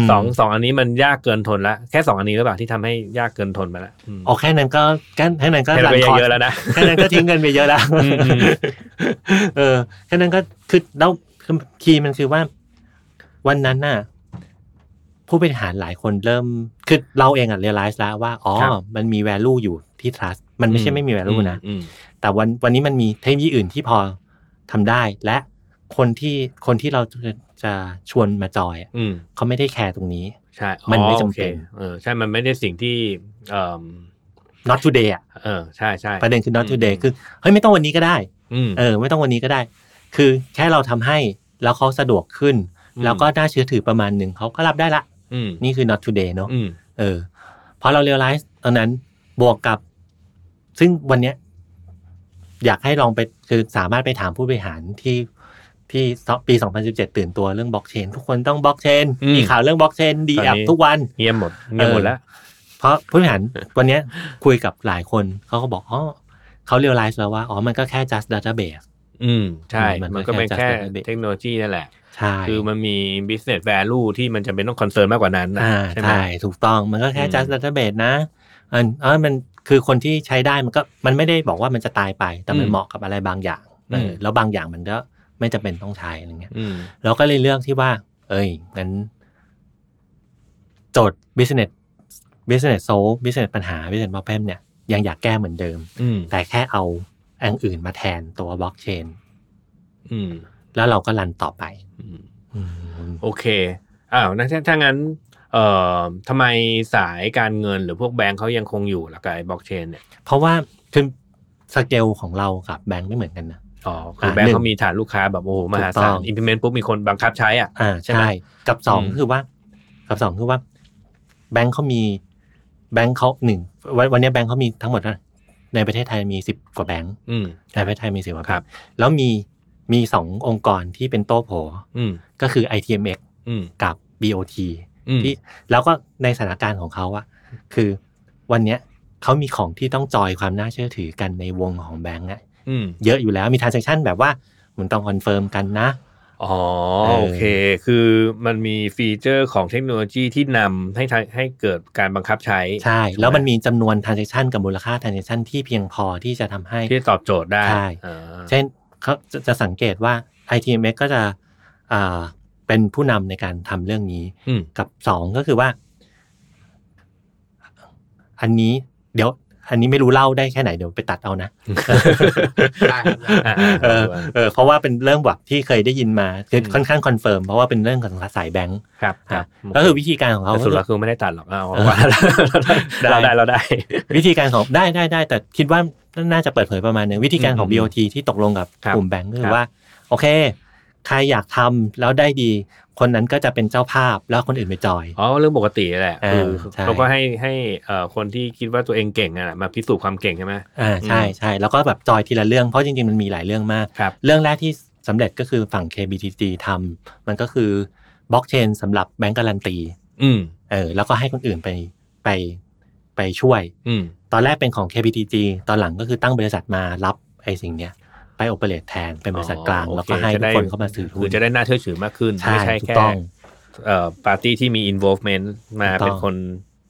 [SPEAKER 3] ม
[SPEAKER 1] สองสองอันนี้มันยากเกินทนละแค่สองอันนี้หรือเปล่าที่ทำให้ยากเกินทนไปละอืม
[SPEAKER 3] โอแค่นั้นก็แค่แค่นั้นก็
[SPEAKER 1] แค่เรา
[SPEAKER 3] รัน
[SPEAKER 1] ไป
[SPEAKER 3] คอร์
[SPEAKER 1] เยอะๆ
[SPEAKER 3] ส
[SPEAKER 1] แล้วนะ
[SPEAKER 3] แค่นั้นก็ทิ้งเงินไปเยอะแล้ว
[SPEAKER 1] อืมอืม
[SPEAKER 3] เออแค่นั้นก็คือแล้วคือคีย์มันคือว่า วันนั้นน่ะ ผู้บริหารหลายคนเริ่ม คือเราเองอ่ะเรียลไลซ์แล้วว่าอ๋อ
[SPEAKER 1] ครับ
[SPEAKER 3] มันมี value อยู่ที่ trust มันไม่ใช่ไม่มี value นะ
[SPEAKER 1] อืม
[SPEAKER 3] แต่วันวันนี้มันมีเทคโนโลยีอื่นที่พอทำได้ และคนที่คนที่เราจะจะชวนมาจอยอะ
[SPEAKER 1] อืม
[SPEAKER 3] เขาไม่ได้แคร์ตรงนี้
[SPEAKER 1] ใช่
[SPEAKER 3] มันไม่
[SPEAKER 1] อ๋อ
[SPEAKER 3] จำเป็น
[SPEAKER 1] โอคเออใช่มันไม่ได้สิ่งที่เออ
[SPEAKER 3] not today อะ
[SPEAKER 1] เออใช่ใช่
[SPEAKER 3] ประเด็นคือ not
[SPEAKER 1] อืม
[SPEAKER 3] today คือเฮ้ยไม่ต้องวันนี้ก็ได้
[SPEAKER 1] อืม
[SPEAKER 3] เออ ไม่ต้องวันนี้ก็ได้ คือแค่เราทำให้แล้วเขาสะดวกขึ้น
[SPEAKER 1] อืม
[SPEAKER 3] แล้วก็น่าเชื่อถือประมาณหนึ่งเขาก็รับได้ละ
[SPEAKER 1] อืม
[SPEAKER 3] นี่คือ not today เนอะ
[SPEAKER 1] อืม
[SPEAKER 3] เออ พอเราเรียลไลซ์ตอนนั้นบวกกับ ซึ่งวันเนี้ยอยากให้ลองไปคือสามารถไปถามผู้บริหารที่ที่ปี 2017 ตื่นตัวเรื่องบล็อกเชนทุกคนต้องบล็อกเชน
[SPEAKER 1] อืม
[SPEAKER 3] มีข่าวเรื่องบล็อกเชนดี
[SPEAKER 1] ต
[SPEAKER 3] แอ
[SPEAKER 1] อนนี้
[SPEAKER 3] ทุกวัน
[SPEAKER 1] เงียบหมดเงียบหมดแล้ว
[SPEAKER 3] เพราะผู้บริ หาร วันเนี้ยคุยกับหลายคนเขาก็บอกอ๋อเขาเรียลไลซ์แล้วว่าอ๋อมันก็แค่ just database
[SPEAKER 1] อืม ใช่
[SPEAKER 3] มันก็
[SPEAKER 1] มันก็เป็นแค่
[SPEAKER 3] แค่
[SPEAKER 1] เทคโนโลยีนั่นแหละ
[SPEAKER 3] ใช่
[SPEAKER 1] คือมันมี business value ที่มันจำเป็นต้องคอนเซิร์นมากกว่านั้นนะ
[SPEAKER 3] อ่า
[SPEAKER 1] ใช่ไหม
[SPEAKER 3] ใช่ถูกต้องมันก็แค่
[SPEAKER 1] อืม
[SPEAKER 3] just database นะอันอ๋อมันคือคนที่ใช้ได้มันก็มันไม่ได้บอกว่ามันจะตายไป แต่มั
[SPEAKER 1] อื
[SPEAKER 3] น
[SPEAKER 1] ม
[SPEAKER 3] เหมาะกับอะไรบางอย่างเอ
[SPEAKER 1] ม
[SPEAKER 3] ออแล้วบางอย่างมันก็ไม่จำเป็นต้องใช้อะไรเงี้ย
[SPEAKER 1] อืม
[SPEAKER 3] เราก็เลยเลือกที่ว่า เอ้ยงั้นโจทย์ business business solve business ปัญหา business problem เนี่ยยังอยากแก้เหมือนเดิม
[SPEAKER 1] อืม
[SPEAKER 3] แต่แค่เอาอันอื่นมาแทนตัวบล็อกเชน
[SPEAKER 1] อืม
[SPEAKER 3] แล้วเราก็รันต่อไป
[SPEAKER 1] อืม โอเค อ้าวนะถ้าถ้างั้น เอ่อทำไมสายการเงินหรือพวกแบงค์เขายังคงอยู่ล่ะกับบล็อกเชนเนี่ย
[SPEAKER 3] เพราะว่าคือสเกลของเรากับแบงค์ไม่เหมือนกันนะ
[SPEAKER 1] อ๋อ คืออะ แบง
[SPEAKER 3] หนึ่
[SPEAKER 1] ค์
[SPEAKER 3] ง
[SPEAKER 1] เขามีฐานลูกค้าแบบโอ้โหมหา
[SPEAKER 3] ถูกต้
[SPEAKER 1] ศา
[SPEAKER 3] อ
[SPEAKER 1] ล
[SPEAKER 3] ง
[SPEAKER 1] implement ปุ๊บมีคนบังคับใช้อ่ะ
[SPEAKER 3] อ่า
[SPEAKER 1] ใช่ไหม
[SPEAKER 3] ใช่ กับสอง
[SPEAKER 1] อืม
[SPEAKER 3] คือว่า กับสองคือว่า แบงค์เขามีแบงค์เขาหนึ่งวันวันนี้แบงค์เขามีทั้งหมดเท่าไหร่ในประเทศไทยมีสิบกว่าแบงค์
[SPEAKER 1] อืม
[SPEAKER 3] ในประเทศไทยมีสิบกว่าแง
[SPEAKER 1] ครับ
[SPEAKER 3] แล้วมีมีสององค์กรที่เป็นโต้โผ
[SPEAKER 1] อืม
[SPEAKER 3] ก็คือ ITMX
[SPEAKER 1] อืม
[SPEAKER 3] กับ BOT
[SPEAKER 1] อืม
[SPEAKER 3] ที่แล้วก็ในสถานการณ์ของเขาอะคือวันเนี้ยเขามีของที่ต้องจอยความน่าเชื่อถือกันในวงของแบงก์อะ
[SPEAKER 1] อืม
[SPEAKER 3] เยอะอยู่แล้วมีทรานเซ็คชันแบบว่ามันต้องคอนเฟิร์มกันนะ
[SPEAKER 1] อ๋อ
[SPEAKER 3] เออ
[SPEAKER 1] โอเค คือมันมีฟีเจอร์ของเทคโนโลยีที่นำให้ทางให้เกิดการบังคับใช้
[SPEAKER 3] ใช่ แล้วมันมีจำนวนทรานเซ็คชันกับมูลค่าทรานเซ็คชันที่เพียงพอที่จะทำให้
[SPEAKER 1] ที่ตอบโจทย์ได้
[SPEAKER 3] ใช่
[SPEAKER 1] อ่า
[SPEAKER 3] เช่นเขาจะจะสังเกตว่า ITMX ก็จะอ่าเป็นผู้นำในการทำเรื่องนี้
[SPEAKER 1] อืม
[SPEAKER 3] กับสองก็คือว่า อันนี้ เดี๋ยว อันนี้ไม่รู้เล่าได้แค่ไหนเดี๋ยวไปตัดเอานะ
[SPEAKER 4] ได้ครับได้
[SPEAKER 1] อ่า
[SPEAKER 3] เออเออเพราะว่าเป็นเรื่องแบบที่เคยได้ยินมาคือค่อนข้างคอนเฟิร์มเพราะว่าเป็นเรื่องของสายแบงก์
[SPEAKER 1] ครับครับ
[SPEAKER 3] ก็คือวิธีการของเขา
[SPEAKER 1] แต่
[SPEAKER 3] ก็
[SPEAKER 1] สุด
[SPEAKER 3] คือ
[SPEAKER 1] แล้วคือไม่ได้ตัดหรอกเอา
[SPEAKER 3] เออ
[SPEAKER 1] ว่าเราได้เราได้
[SPEAKER 3] วิธีการของได้ได้ได้ แต่คิดว่าน่าจะเปิดเผยประมาณหนึงวิธีการของ
[SPEAKER 1] อืม
[SPEAKER 3] BOT ที่ตกลงกับ
[SPEAKER 1] ครับ
[SPEAKER 3] กลุ่มแบงก์ก็
[SPEAKER 1] ครั
[SPEAKER 3] คื
[SPEAKER 1] บ
[SPEAKER 3] อว่า โอเค ใครอยากทำแล้วได้ดี คนนั้นก็จะเป็นเจ้าภาพแล้วคนอื่นไปจอย
[SPEAKER 1] อ๋อเรื่องปกติแหละ
[SPEAKER 3] เอ
[SPEAKER 1] คือ
[SPEAKER 3] อใช่
[SPEAKER 1] เขาก็ให้ให้เอ่อคนที่คิดว่าตัวเองเก่งอ่ะมาพิสูจน์ความเก่งใช่ไหม
[SPEAKER 3] อ่าใช่
[SPEAKER 1] อืม
[SPEAKER 3] ใช่แล้วก็แบบจอยทีละเรื่องเพราะจริงๆมันมีหลายเรื่องมาก
[SPEAKER 1] ครับ
[SPEAKER 3] เรื่องแรกที่สำเร็จก็คือฝั่ง KBTG ทำมันก็คือบล็อกเชนสำหรับแบงก์การันตี
[SPEAKER 1] อืม
[SPEAKER 3] เออแล้วก็ให้คนอื่นไปไปไปช่วย
[SPEAKER 1] อืม
[SPEAKER 3] ตอนแรกเป็นของ KPTG ตอนหลังก็คือตั้งบริษัทมารับไอ้สิ่งเนี้ยไปโอเปเรตแทน เป็นบริษัทกลาง
[SPEAKER 1] อ๋อ
[SPEAKER 3] แล้ว
[SPEAKER 1] โอ
[SPEAKER 3] ก็ให้
[SPEAKER 1] จะ
[SPEAKER 3] ทุก
[SPEAKER 1] ได้
[SPEAKER 3] คนเข้ามาถือหุ้
[SPEAKER 1] คื
[SPEAKER 3] น
[SPEAKER 1] อจะได้น่าเชื่อถือมากขึ้น
[SPEAKER 3] ใช่
[SPEAKER 1] ไม่ใช่
[SPEAKER 3] ถูก
[SPEAKER 1] แค่
[SPEAKER 3] ต้อง
[SPEAKER 1] เอ่อปาร์ตี้ที่มี involvement มา
[SPEAKER 3] ถูกต้อง
[SPEAKER 1] เป็นคน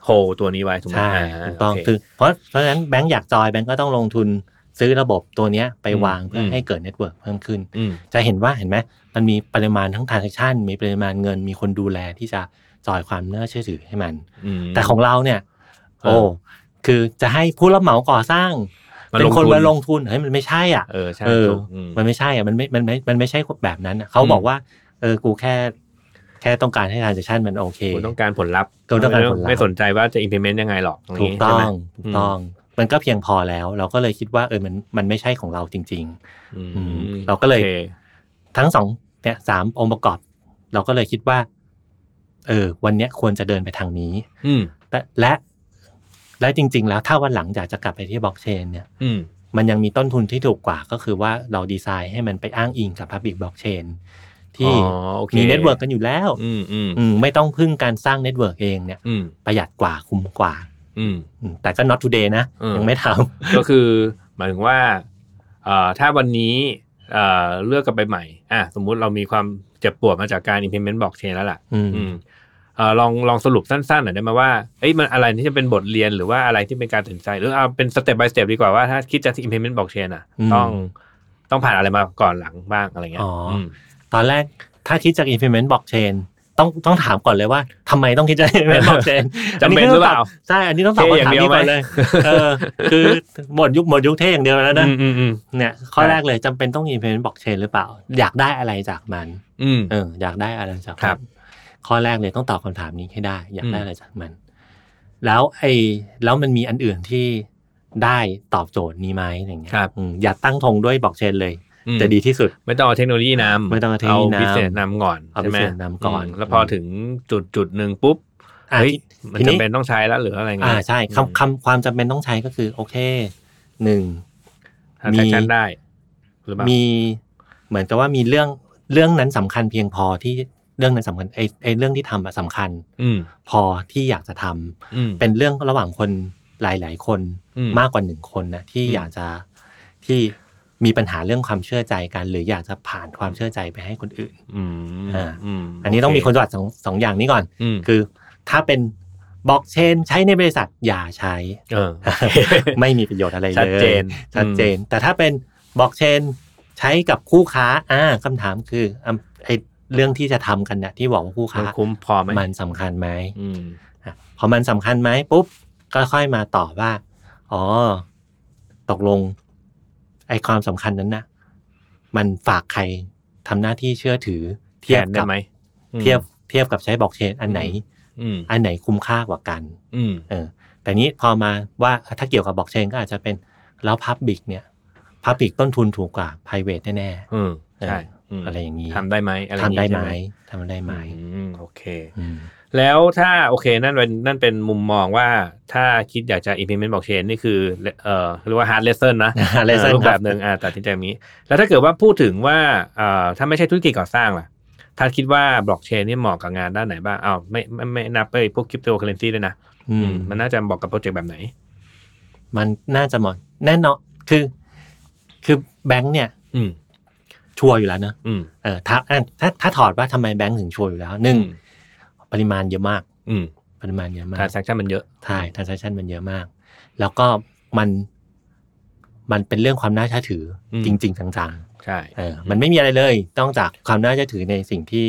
[SPEAKER 1] โฮตัวนี้ไว้ถูกไหม
[SPEAKER 3] ใช่
[SPEAKER 1] า
[SPEAKER 3] ถูกต้อง
[SPEAKER 1] โเ
[SPEAKER 3] คือเพราะเพราะฉะนั้นแบงก์อยากจอยแบงก์ก็ต้องลงทุนซื้อระบบตัวเนี้ยไป
[SPEAKER 1] อืม
[SPEAKER 3] วางเพื่ออ
[SPEAKER 1] ม
[SPEAKER 3] ให้เกิดเน็ตเวิร์กเพิ่มขึ้น
[SPEAKER 1] อืม
[SPEAKER 3] จะเห็นว่าเห็นไหมมันมีปริมาณทั้งทราน a c คชันมีปริมาณเงินมีคนดูแลที่จะจอยความน่าเชื่อถือให้มัน
[SPEAKER 1] ม
[SPEAKER 3] แต่ของเราเนี่ย
[SPEAKER 1] เออ
[SPEAKER 3] โอ้คือจะให้ผู้รับเหมาก่อสร้าง
[SPEAKER 1] มา
[SPEAKER 3] เป็น
[SPEAKER 1] ลง
[SPEAKER 3] คน
[SPEAKER 1] ทุน
[SPEAKER 3] มาลงทุนเฮ้ยมันไม่ใช่อ่ะ
[SPEAKER 1] เออใช่
[SPEAKER 3] เออ
[SPEAKER 1] ถูกอืม
[SPEAKER 3] มันไม่ใช่อะมันไม่ มันไม่ มันไม่ใช่แบบนั้นอะเขา
[SPEAKER 1] อืม
[SPEAKER 3] บอกว่า เออ กูแค่ แค่ต้องการให้ transaction มันโอเค
[SPEAKER 1] คุณต้องการผลลัพธ์
[SPEAKER 3] คุณต้องการผลลัพธ์
[SPEAKER 1] ไม่สนใจว่าจะ implement ยังไงหรอกย่า
[SPEAKER 3] ถูก
[SPEAKER 1] นี้
[SPEAKER 3] ต้อ
[SPEAKER 1] ใช่ไหม
[SPEAKER 3] ง ถูกต้อง มันก็เพียงพอแล้ว เราก็เลยคิดว่า เออ มัน มันไม่ใช่ของเราจริง
[SPEAKER 1] อืม
[SPEAKER 3] อืมเราก็เลย
[SPEAKER 1] โอค
[SPEAKER 3] ๆ ทั้งสอง เนี่ยสามองค์ประกอบ เราก็เลยคิดว่า เออ วันเนี้ยควรจะเดินไปทางนี้
[SPEAKER 1] อืม
[SPEAKER 3] แต่และ และจริง ๆ แล้ว ถ้าวันหลังอยากจะกลับไปที่บล็อกเชนเนี่ย
[SPEAKER 1] อืม
[SPEAKER 3] มันยังมีต้นทุนที่ถูกกว่า ก็คือว่าเราดีไซน์ให้มันไปอ้างอิงกับ Public Blockchain ที่
[SPEAKER 1] อ๋อโอค
[SPEAKER 3] มีเน็ตเวิร์กกันอยู่แล้ว
[SPEAKER 1] อืมอืม
[SPEAKER 3] อืมไม่ต้องพึ่งการสร้างเน็ตเวิร์กเองเนี่ย
[SPEAKER 1] อืม
[SPEAKER 3] ประหยัดกว่าคุ้มกว่า
[SPEAKER 1] อืม
[SPEAKER 3] อืมแต่ก็ not today นะ
[SPEAKER 1] เออ
[SPEAKER 3] ยังไม่ท
[SPEAKER 1] ก็คือหมายถึงว่าเอ่อถ้าวันนี้เอ่อเลือกกันไปใหม่อ่ะสมมุติเรามีความเจ็บปวดมาจากการ implement blockchain แล้วล่ะ
[SPEAKER 3] ำอืม
[SPEAKER 1] อืมเอ่อลองลองสรุปสั้นๆหน่อยได้ไหมว่าเอ้ยมันอะไรที่จะเป็นบทเรียนหรือว่าอะไรที่เป็นการตัดสินใจ หรือเอาเป็นสเต็ป by สเต็ปดีกว่าว่าถ้าคิดจะ implement blockchain อ่ะ ต้องต้องผ่านอะไรมาก่อนหลังบ้างอะไรเงี้ยม
[SPEAKER 3] ตอนแรกถ้าคิดจาก implement blockchain ต้องต้องถามก่อนเลยว่าทำไมต้องคิดจาก implement blockchain
[SPEAKER 1] จำเป็นหรือเปล่า
[SPEAKER 3] อันนี้ก็ต้งตบใช่ อันนี้
[SPEAKER 1] เท่อ
[SPEAKER 3] ต้องตอบ
[SPEAKER 1] ย่า
[SPEAKER 3] คำถางม
[SPEAKER 1] เดียว
[SPEAKER 3] นี้ก่อน
[SPEAKER 1] ไหม
[SPEAKER 3] เลยเออคือหมดยุคหมดยุคเท่อย่างเดียวแล้วนะ
[SPEAKER 1] อืมอืมอืม
[SPEAKER 3] เนี่ยข้อ
[SPEAKER 1] ครับ
[SPEAKER 3] แรกเลยจำเป็นต้อง implement blockchain หรือเปล่า อยากได้อะไรจากมัน
[SPEAKER 1] อืม
[SPEAKER 3] เอออยากได้อะไรจากมัน
[SPEAKER 1] ครับ
[SPEAKER 3] ข้อแรกเลยต้องตอบคำถามนี้ให้ได้ อยากได้อะไรจากมัน แล้วไอ้แล้วมันมีอันอื่นที่ได้ตอบโจทย์นี้ไหมอย่างเงี้ย
[SPEAKER 1] ครับ
[SPEAKER 3] อืมอย่าตั้งธงด้วยบล็อกเชนเลย
[SPEAKER 1] อืม
[SPEAKER 3] จะดีที่สุด
[SPEAKER 1] ไม่ต้องเอาเทคโนโลยีนำ
[SPEAKER 3] ไม่ต้องเอาเทคโนโลยีนำ
[SPEAKER 1] บิสเนสนำก่อน
[SPEAKER 3] เอา
[SPEAKER 1] ใช่ไหม
[SPEAKER 3] business นำก่อน
[SPEAKER 1] มแล้วพอถึงจุดจุดหนึ่งปุ๊บ
[SPEAKER 3] อ่ะ
[SPEAKER 1] เฮ้ย
[SPEAKER 3] ที
[SPEAKER 1] มัน
[SPEAKER 3] ที
[SPEAKER 1] จำเป็นต้องใช้แล้วหรืออะไรเงี้
[SPEAKER 3] อ่าย ใช่คำคำความจำเป็นต้องใช้ก็คือ โอเคหนึ่ง
[SPEAKER 1] หาแท็กชัน
[SPEAKER 3] มี
[SPEAKER 1] ได้หรือเปล่า
[SPEAKER 3] มีเหมือนกับว่ามีเรื่องเรื่องนั้นสำคัญเพียงพอที่เรื่องนั้นสำคัญไอไอเรื่องที่ทำอะสำคัญ
[SPEAKER 1] อืม
[SPEAKER 3] พอที่อยากจะทำ
[SPEAKER 1] อืม
[SPEAKER 3] เป็นเรื่องระหว่างคนหลาย ๆ คน
[SPEAKER 1] อืม
[SPEAKER 3] มากกว่าหนึ่งคนนะที่
[SPEAKER 1] อืม
[SPEAKER 3] อยากจะที่มีปัญหาเรื่องความเชื่อใจกัน หรืออยากจะผ่านความเชื่อใจไปให้คนอื่น
[SPEAKER 1] อืม
[SPEAKER 3] อ่า
[SPEAKER 1] ม
[SPEAKER 3] อันนี้ต้องมีคนจัดสองสองอย่างนี้ก่อน
[SPEAKER 1] อืม
[SPEAKER 3] คือถ้าเป็นบล็อกเชนใช้ในบริษัทอย่าใช้
[SPEAKER 1] เออ
[SPEAKER 3] ไม่มีประโยชน์อะไรเลย
[SPEAKER 1] ชัดเจน
[SPEAKER 3] ชัดเจน แต่ถ้าเป็นบล็อกเชนใช้กับคู่ค้าอ่าคำถามคืออ่ะไอเรื่องที่จะทำกันเนี่ยที่บอกว่าคู่
[SPEAKER 1] มั
[SPEAKER 3] ค้าน
[SPEAKER 1] คุ้มพอไหม
[SPEAKER 3] มันสำคัญไหม
[SPEAKER 1] อืม
[SPEAKER 3] อ่ะพอมันสำคัญไหมปุ๊บก็ค่อยมาตอบว่า อ๋อ ตกลง ไอความสำคัญนั้นนะมันฝากใครทำหน้าที่เชื่อถือ เทียบ
[SPEAKER 1] แทนได้
[SPEAKER 3] กับ
[SPEAKER 1] ไหมอืม
[SPEAKER 3] เทียบเทียบกับใช้บล็อกเชนอันไหน
[SPEAKER 1] อืม
[SPEAKER 3] อันไหนคุ้มค่ากว่ากัน
[SPEAKER 1] อืม
[SPEAKER 3] เออแต่นี้พอมาว่าถ้าเกี่ยวกับบล็อกเชนก็อาจจะเป็นแล้วพับบิกเนี่ยพับบิกต้นทุนถูกกว่า p r i v a t e แน่
[SPEAKER 1] อืมใช่
[SPEAKER 3] เอออะไรอย่างนี้
[SPEAKER 1] นี้ทำได้ไหมอะรอ
[SPEAKER 3] ๆ
[SPEAKER 1] ย่า
[SPEAKER 3] ทำ
[SPEAKER 1] ง
[SPEAKER 3] ได้
[SPEAKER 1] นี้
[SPEAKER 3] ไห
[SPEAKER 1] ใ
[SPEAKER 3] ม
[SPEAKER 1] ช่
[SPEAKER 3] ทำได้ไหม
[SPEAKER 1] อืมโอเค
[SPEAKER 3] อืม
[SPEAKER 1] แล้วถ้าโอเคนั่นเป็นนั่นเป็นมุมมองว่าถ้าคิดอยากจะ implement blockchain นี่คือเอ่อเรียกว่า hard lesson นะ
[SPEAKER 3] อะไรสัก
[SPEAKER 1] รูป
[SPEAKER 3] ค
[SPEAKER 1] แบ
[SPEAKER 3] รับบ
[SPEAKER 1] หนึ่งอ่าตัดสินใจแบบนี้ แล้วถ้าเกิดว่าพูดถึงว่าเอ่อถ้าไม่ใช่ธุรกิจก่อสร้างล่ะท่านคิดว่า blockchain นี่เหมาะกับงานด้านไหนบ้างอ้าวไม่ไม่ไม่นับไปพวก cryptocurrency ด้วยนะ
[SPEAKER 3] อืม
[SPEAKER 1] มันน่าจะเหมาะกับโปรเจกต์แบบไหน
[SPEAKER 3] มันน่าจะเหมาะแน่นอนคือ คือแบงค์เนี่ย
[SPEAKER 1] อืม
[SPEAKER 3] ชัวร์อยู่แล้วเนอะ
[SPEAKER 1] อืม
[SPEAKER 3] เออถ้าอ่ะถ้าถ้าถอดว่าทำไมแบงค์ถึงชัวร์อยู่แล้วหนึ่ง
[SPEAKER 1] อืม
[SPEAKER 3] ปริมาณเยอะมาก
[SPEAKER 1] อืม
[SPEAKER 3] ปริมาณเยอะมาก
[SPEAKER 1] การ transaction มันเยอะ
[SPEAKER 3] ใช่ transaction มันเยอะมาก แล้วก็มัน มันเป็นเรื่องความน่าเชื่อถืออ
[SPEAKER 1] ม
[SPEAKER 3] จริง ๆจังๆ
[SPEAKER 1] ใช่
[SPEAKER 3] เออมันไม่มีอะไรเลยต้องจากความน่าเชื่อถือในสิ่งที่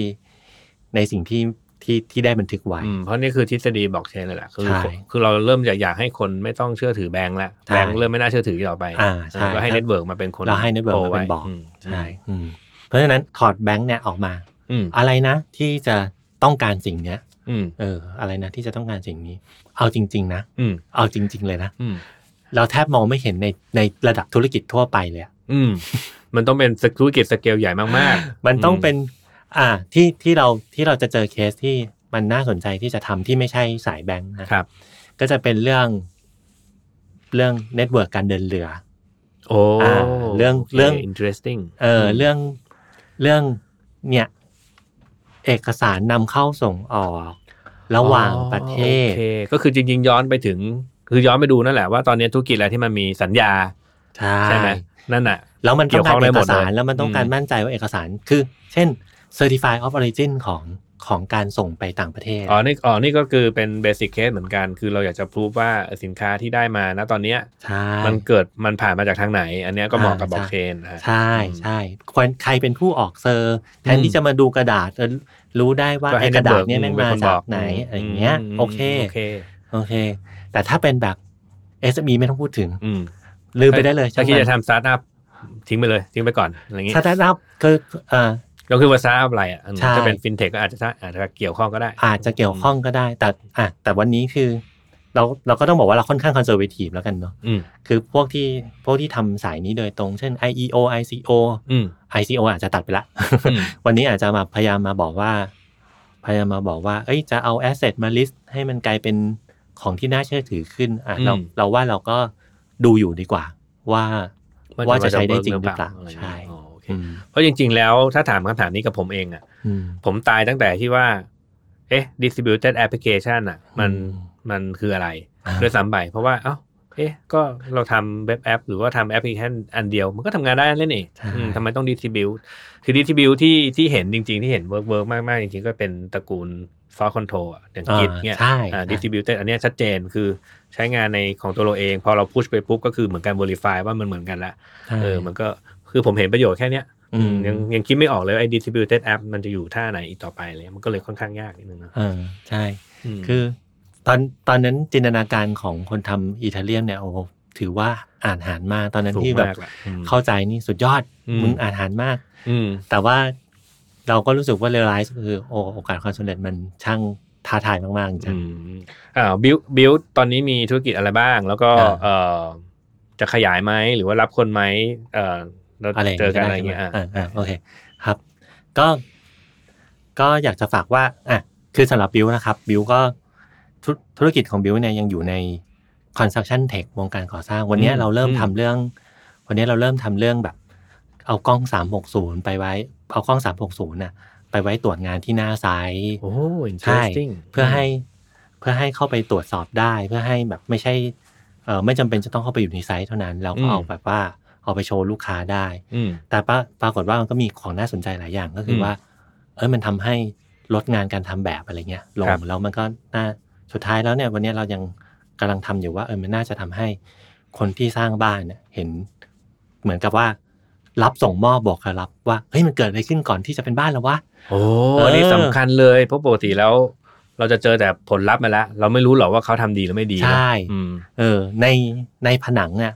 [SPEAKER 3] ในสิ่งที่ที่ที่ได้บันทึกไว้
[SPEAKER 1] อืมเพราะนี่คือทฤษฎี blockchain เลยแหละคือ
[SPEAKER 3] ใช่
[SPEAKER 1] คือเราเริ่มอยากอยากให้คนไม่ต้องเชื่อถือแบงค์แล้ว
[SPEAKER 3] ใช่
[SPEAKER 1] แบงค์เริ่มไม่น่าเชื่อถือต่อไป
[SPEAKER 3] อ่าใช่
[SPEAKER 1] ก็ให้
[SPEAKER 3] แล้ว
[SPEAKER 1] เน็ตเวิร์กมาเป็นคน
[SPEAKER 3] เราให้ network
[SPEAKER 1] โ
[SPEAKER 3] มาเป็นบอก
[SPEAKER 1] ไว้ม
[SPEAKER 3] ใช่อืมเพราะฉะนั้นถอดแบงค์เนี่ยออกมา
[SPEAKER 1] อืม
[SPEAKER 3] อะไรนะที่จะต้องการสิ่งเนี้ย
[SPEAKER 1] อืม
[SPEAKER 3] เออ อะไรนะที่จะต้องการสิ่งนี้ เอาจริง ๆ นะ
[SPEAKER 1] อืม
[SPEAKER 3] เอาจริง ๆ เลยนะ
[SPEAKER 1] อืม
[SPEAKER 3] เราแทบมองไม่เห็นในในระดับธุรกิจทั่วไปเลยอะ
[SPEAKER 1] อืมมันต้องเป็นธุรกิจสเกลใหญ่มากๆ
[SPEAKER 3] มันต้องเป็น อ่าที่ที่เราที่เราจะเจอเคสที่มันน่าสนใจที่จะทำที่ไม่ใช่สายแบงค์นะ
[SPEAKER 1] ครับ
[SPEAKER 3] ก็จะเป็นเรื่องเรื่องเน็ตเวิร์กการเดินเรือ
[SPEAKER 1] โอ้
[SPEAKER 3] อ่าเรื่อง
[SPEAKER 1] โค
[SPEAKER 3] เรื่อง
[SPEAKER 1] interesting
[SPEAKER 3] เอออเรื่องเรื่องเนี่ยเอกสารนำเข้าส่งออก ระหว่างประเทศ
[SPEAKER 1] โอเคก็คือจริง ๆ ย้อนไปถึง คือย้อนไปดูนั่นแหละว่าตอนนี้ธุรกิจอะไรที่มันมีสัญญา
[SPEAKER 3] ใช่
[SPEAKER 1] ใช่ไหมนั่นน่ะ
[SPEAKER 3] แล้วมัน
[SPEAKER 1] เกี่
[SPEAKER 3] ต้
[SPEAKER 1] ย
[SPEAKER 3] อ
[SPEAKER 1] ว
[SPEAKER 3] ง
[SPEAKER 1] ข้
[SPEAKER 3] กา
[SPEAKER 1] องได้
[SPEAKER 3] รเอ
[SPEAKER 1] หม
[SPEAKER 3] ก
[SPEAKER 1] ดเลย
[SPEAKER 3] สารแล้วมันต้องการ
[SPEAKER 1] อืม
[SPEAKER 3] มั่นใจว่าเอกสารคือ เช่น Certify of Origin ของของการส่งไปต่างประเทศ
[SPEAKER 1] อ๋อ นี่ อ๋อ นี่ก็คือเป็นเบสิ c เคสเหมือนกัน คือเราอยากจะพูดว่าสินค้าที่ได้มานะตอนเนี้ย
[SPEAKER 3] ใช่
[SPEAKER 1] มันเกิด มันผ่านมาจากทางไหน อันเนี้ยก็เหมาะกับบล็อกเชน
[SPEAKER 3] ใช่ใช่ควรใครเป็นผู้ออกเซอร์แทน
[SPEAKER 1] อืม
[SPEAKER 3] ที่จะมาดูกระดาษเออรู้ได้ว่า
[SPEAKER 1] ก็
[SPEAKER 3] ไอ้
[SPEAKER 1] ให้
[SPEAKER 3] ก
[SPEAKER 1] เน็
[SPEAKER 3] ระ
[SPEAKER 1] ตเวิ
[SPEAKER 3] ดาษ
[SPEAKER 1] ร์ก
[SPEAKER 3] เนี่ยแม่ง
[SPEAKER 1] เป็
[SPEAKER 3] มา
[SPEAKER 1] คนบ
[SPEAKER 3] จาก กไหนอะไรอย่างเงี้ย
[SPEAKER 1] ม
[SPEAKER 3] โอเค
[SPEAKER 1] โอเค
[SPEAKER 3] โอเค แต่ถ้าเป็นแบบ SME ไม่ต้องพูดถึง
[SPEAKER 1] อืม
[SPEAKER 3] ลืมไปได้เลย
[SPEAKER 1] ถ้า
[SPEAKER 3] ช่าง
[SPEAKER 1] คิด
[SPEAKER 3] มัน
[SPEAKER 1] จะทำสตาร์ทอัพทิ้งไปเลย ทิ้งไปก่อน อะไรอย่างงี้
[SPEAKER 3] สตาร์ทอัพก็เอ่อ
[SPEAKER 1] ก็คือว่าสตาร์ทอัพอะไรอ่ะอืม
[SPEAKER 3] ใช่
[SPEAKER 1] ถ้าเป็นฟินเทคก็อาจจะอาจจะเกี่ยวข้องก็ได้
[SPEAKER 3] อาจจะเกี่ยวข้องก็ได้ แต่อ่ะแต่วันนี้คือ เราเราก็ต้องบอกว่าเราค่อนข้างคอนเซอร์เวทีฟแล้วกันเนาะ
[SPEAKER 1] อืม
[SPEAKER 3] คือพวกที่พวกที่ทำสายนี้โดยตรง เช่น IEO ICO
[SPEAKER 1] อืม
[SPEAKER 3] ICO อาจจะตัดไปละ
[SPEAKER 1] อืม
[SPEAKER 3] วันนี้อาจจะมาพยายามมาบอกว่า พยายามมาบอกว่า เอ้ยจะเอาแอสเซทมาลิสต์ให้มันกลายเป็นของที่น่าเชื่อถือขึ้นอ่ะเรา
[SPEAKER 1] อืม
[SPEAKER 3] เราว่าเราก็ดูอยู่ดีกว่า ว่าว่าจะใช้ได้จริงหรือเปล่า
[SPEAKER 1] ะไย่ง
[SPEAKER 3] ใช่
[SPEAKER 1] งี้อ๋อโอเค
[SPEAKER 3] อืม
[SPEAKER 1] เพราะจริง ๆ แล้วถ้าถามคำถามนี้กับผมเองอ่ะ
[SPEAKER 3] อืม
[SPEAKER 1] ผมตายตั้งแต่ที่ว่า เอ๊ะ distributed application อ่ะ มัน
[SPEAKER 3] อืม
[SPEAKER 1] มันคืออะไร
[SPEAKER 3] อ่า
[SPEAKER 1] ด้วยซ้ำไป เพราะว่า เอ้า เอ๊ะ ก็เราทำเว็บแอป หรือว่าทำแอปพลิเคชันอันเดียว มันก็ทำงานได้เล่นเองอืมทำไมต้อง distribute คือ distribute ที่ ที่เห็นจริง ๆ ที่เห็นเวิร์กเวิร์กมาก ๆ จริง ๆ ก็เป็นตระกูล source control อะอย่างกิจเนี่ย
[SPEAKER 3] ใช่
[SPEAKER 1] อ่า
[SPEAKER 3] ใช่
[SPEAKER 1] distributed อันเนี้ยชัดเจนคือใช้งานในของตัวเราเอง พอเราพุชไปปุ๊บก็คือเหมือนการ verify ว่ามันเหมือนกันละเออ มันก็ คือผมเห็นประโยชน์แค่เนี้ย
[SPEAKER 3] อืม
[SPEAKER 1] ยังยังคิดไม่ออกเลยว่าไอ้ distributed app มันจะอยู่ท่าไหนอีกต่อไปเลย มันก็เลยค่อนข้างยากนิดนึงนะ
[SPEAKER 3] เออใช่
[SPEAKER 1] ม
[SPEAKER 3] คือ ตอนตอนนั้นจินตนาการของคนทำอิตาเลียนเนี่ยโอ้โหถือว่าอ่านหารมากตอนนั้น
[SPEAKER 1] สูง
[SPEAKER 3] ที่แบบ
[SPEAKER 1] มากละอืม
[SPEAKER 3] เข้าใจนี่สุดยอด
[SPEAKER 1] อืม
[SPEAKER 3] มึงอ่านหารมาก
[SPEAKER 1] อืม
[SPEAKER 3] แต่ว่าเราก็รู้สึกว่าเรียลไลซ์คือโอโอกาสความสำเร็จมันช่างท้าทายมาก ๆ จริ
[SPEAKER 1] อื
[SPEAKER 3] ง
[SPEAKER 1] มอ่าบิวบิวตอนนี้มีธุรกิจอะไรบ้าง แล้วก็
[SPEAKER 3] อ่า
[SPEAKER 1] เอ่อจะขยายไหมหรือว่ารับคนไหมเอ่อเรา
[SPEAKER 3] ๆอะไรย่าง
[SPEAKER 1] เจอ
[SPEAKER 3] งี้
[SPEAKER 1] กัน
[SPEAKER 3] ด้
[SPEAKER 1] อะไรอย่างเงี้ย
[SPEAKER 3] ใช่
[SPEAKER 1] อ่ะ
[SPEAKER 3] หมอ่าโอเคครับ ก็ก็อยากจะฝากว่าอ่ะคือสำหรับบิวนะครับบิวก็ ธุรธุรกิจของบิวเนี่ยยังอยู่ใน construction tech วงการก่อสร้าง วันเนี้ย
[SPEAKER 1] อืม
[SPEAKER 3] เราเริ่ม
[SPEAKER 1] อืม
[SPEAKER 3] ทำเรื่อง วันเนี้ยเราเริ่มทำเรื่องแบบ เอากล้อง 360 ไปไว้ เอากล้อง 360น่ะ ไปไว้ตรวจงานที่หน้าไซต์
[SPEAKER 1] โอ้
[SPEAKER 3] ใช่
[SPEAKER 1] interesting
[SPEAKER 3] เพื่อให้เพื่อให้เข้าไปตรวจสอบได้ เพื่อให้แบบไม่ใช่เออไม่จำเป็นจะต้องเข้าไปอยู่ในไซต์เท่านั้นเราก็เอา
[SPEAKER 1] อืม
[SPEAKER 3] แบบว่าเอาไปโชว์ลูกค้าได้
[SPEAKER 1] อืม
[SPEAKER 3] แต่ปราปรากฏว่ามันก็มีของน่าสนใจหลายอย่างก็คืออ
[SPEAKER 1] ม
[SPEAKER 3] ว่า เอยมันทำให้ลดงานการทำแบบอะไรเงี้ยลง
[SPEAKER 1] ครับ
[SPEAKER 3] แล้วมันก็น่าสุดท้ายแล้วเนี่ย วันเนี้ยเรายังกำลังทำอยู่ว่าเออมันน่าจะทำให้คนที่สร้างบ้านเนี่ยเห็นเหมือนกับว่า รับส่งมอบบอกกับรับว่าเฮ้ยมันเกิดอะไรขึ้นก่อนที่จะเป็นบ้านแล้ววะ
[SPEAKER 1] โอ้
[SPEAKER 3] เอออั
[SPEAKER 1] นนี้สำคัญเลย เพราะปกติแล้ว เราจะเจอแต่ผลลัพธ์มาแล้ว เราไม่รู้หรอกว่าเขาทำดีหรือไม่ดีนะ
[SPEAKER 3] ใช่
[SPEAKER 1] อืม
[SPEAKER 3] เออ ในในผนังเนี่ย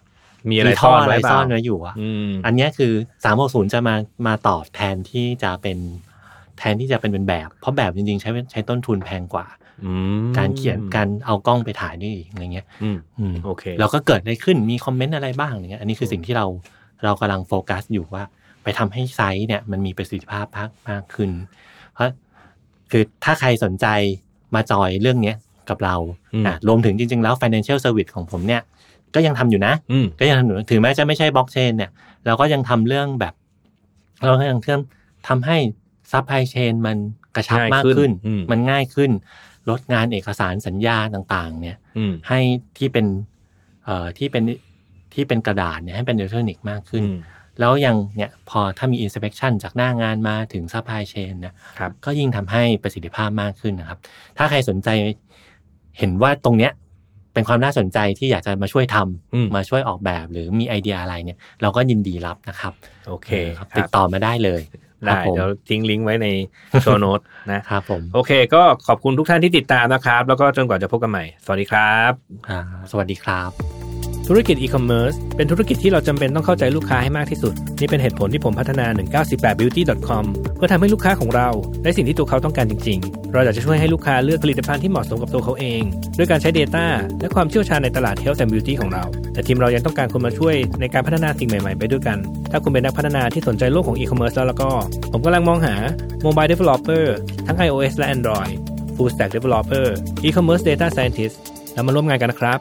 [SPEAKER 1] มีอะไรซ่อนไว้
[SPEAKER 3] มี
[SPEAKER 1] เป
[SPEAKER 3] ท่
[SPEAKER 1] ล่า
[SPEAKER 3] ซ่อนไว้อยู่อะ
[SPEAKER 1] อืม
[SPEAKER 3] อันเนี้ยคือ 360 จะมา มาตอบแทนที่จะเป็น แทนที่จะเป็นเป็นแบบ เพราะแบบจริงๆ ใช้ใช้ต้นทุนแพงกว่า
[SPEAKER 1] อืม
[SPEAKER 3] การเขียน การเอากล้องไปถ่ายนี่อีกอะไรเงี้ย
[SPEAKER 1] อืม
[SPEAKER 3] อืม
[SPEAKER 1] โอเค
[SPEAKER 3] แล้วก็เกิดอะไรขึ้น มีคอมเมนต์อะไรบ้างอะไรเงี้ย อันนี้คือ
[SPEAKER 1] โอ้
[SPEAKER 3] สิ่งที่เรา เรากำลังโฟกัสอยู่ว่า ไปทำให้ไซต์เนี่ย มันมีประสิทธิภาพมากมากขึ้น เพราะ คือถ้าใครสนใจมาจอยเรื่องเนี้ยกับเรา
[SPEAKER 1] อืม
[SPEAKER 3] อ่ะ รวมถึงจริง ๆ แล้ว financial service ของผมเนี่ย ก็ยังทำอยู่นะ
[SPEAKER 1] อืม
[SPEAKER 3] ก็ยังทำอยู่ถึงแม้จะไม่ใช่บล็อกเชนเนี่ยเราก็ยังทำเรื่องแบบ เราก็ยังเชื่อมทำให้ซัพพลายเชนมันกระชับ
[SPEAKER 1] ง่าย
[SPEAKER 3] มาก
[SPEAKER 1] ขึ้
[SPEAKER 3] ขึ้
[SPEAKER 1] น
[SPEAKER 3] น
[SPEAKER 1] อืม
[SPEAKER 3] มันง่ายขึ้น ลดงานเอกสารสัญญาต่างๆ เนี่ย
[SPEAKER 1] อืม
[SPEAKER 3] ให้ที่เป็นเอ่อที่เป็นที่เป็นกระดาษเนี่ยให้เป็นอิเล็กทรอนิกส์มากขึ้น
[SPEAKER 1] อืม
[SPEAKER 3] แล้วยังเนี่ยพอถ้ามี inspection จากหน้างานมาถึง supply chain นะครับ ก็ยิ่งทำให้ประสิทธิภาพมากขึ้นนะครับ ถ้าใครสนใจเห็นว่าตรงเนี้ยเป็นความน่าสนใจที่อยากจะมาช่วยทำ
[SPEAKER 1] อืม
[SPEAKER 3] มาช่วยออกแบบหรือมีไอเดียอะไรเนี่ย เราก็ยินดีรับนะครับ
[SPEAKER 1] โอเค
[SPEAKER 3] ครับ
[SPEAKER 1] ค
[SPEAKER 3] ติ
[SPEAKER 1] รั
[SPEAKER 3] ด
[SPEAKER 1] บ
[SPEAKER 3] ต่อมาได้เลย
[SPEAKER 1] ได้
[SPEAKER 3] ครับผม
[SPEAKER 1] เดี๋ยวทิ้งลิงก์ไว้ใน โชว์โน้ตนะ
[SPEAKER 3] ครับผม
[SPEAKER 1] โอเค ก็ขอบคุณทุกท่านที่ติดตามนะครับ แล้วก็จนกว่าจะพบกันใหม่ สวัสดีครับ
[SPEAKER 3] อ่าสวัสดีครับ
[SPEAKER 1] ธุรกิจอีคอมเมิร์ซเป็นธุรกิจที่เราจำเป็นต้องเข้าใจลูกค้าให้มากที่สุด นี่เป็นเหตุผลที่ผมพัฒนา 198 beauty com เพื่อทำให้ลูกค้าของเราได้สิ่งที่ตัวเขาต้องการจริง ๆ เราอยากจะช่วยให้ลูกค้าเลือกผลิตภัณฑ์ที่เหมาะสมกับตัวเขาเอง ด้วยการใช้ Data และความเชี่ยวชาญในตลาด Health and Beauty ของเรา แต่ทีมเรายังต้องการคนมาช่วยในการพัฒนาสิ่งใหม่ๆ ไปด้วยกัน ถ้าคุณเป็นนักพัฒนาที่สนใจโลกของอีคอมเมิร์ซแล้วแล้วก็ ผมกำลังมองหา Mobile Developer ทั้ง iOS และ Android Full Stack Developer E-commerce Data Scientist แล้วมาร่วมงานกันนะครับ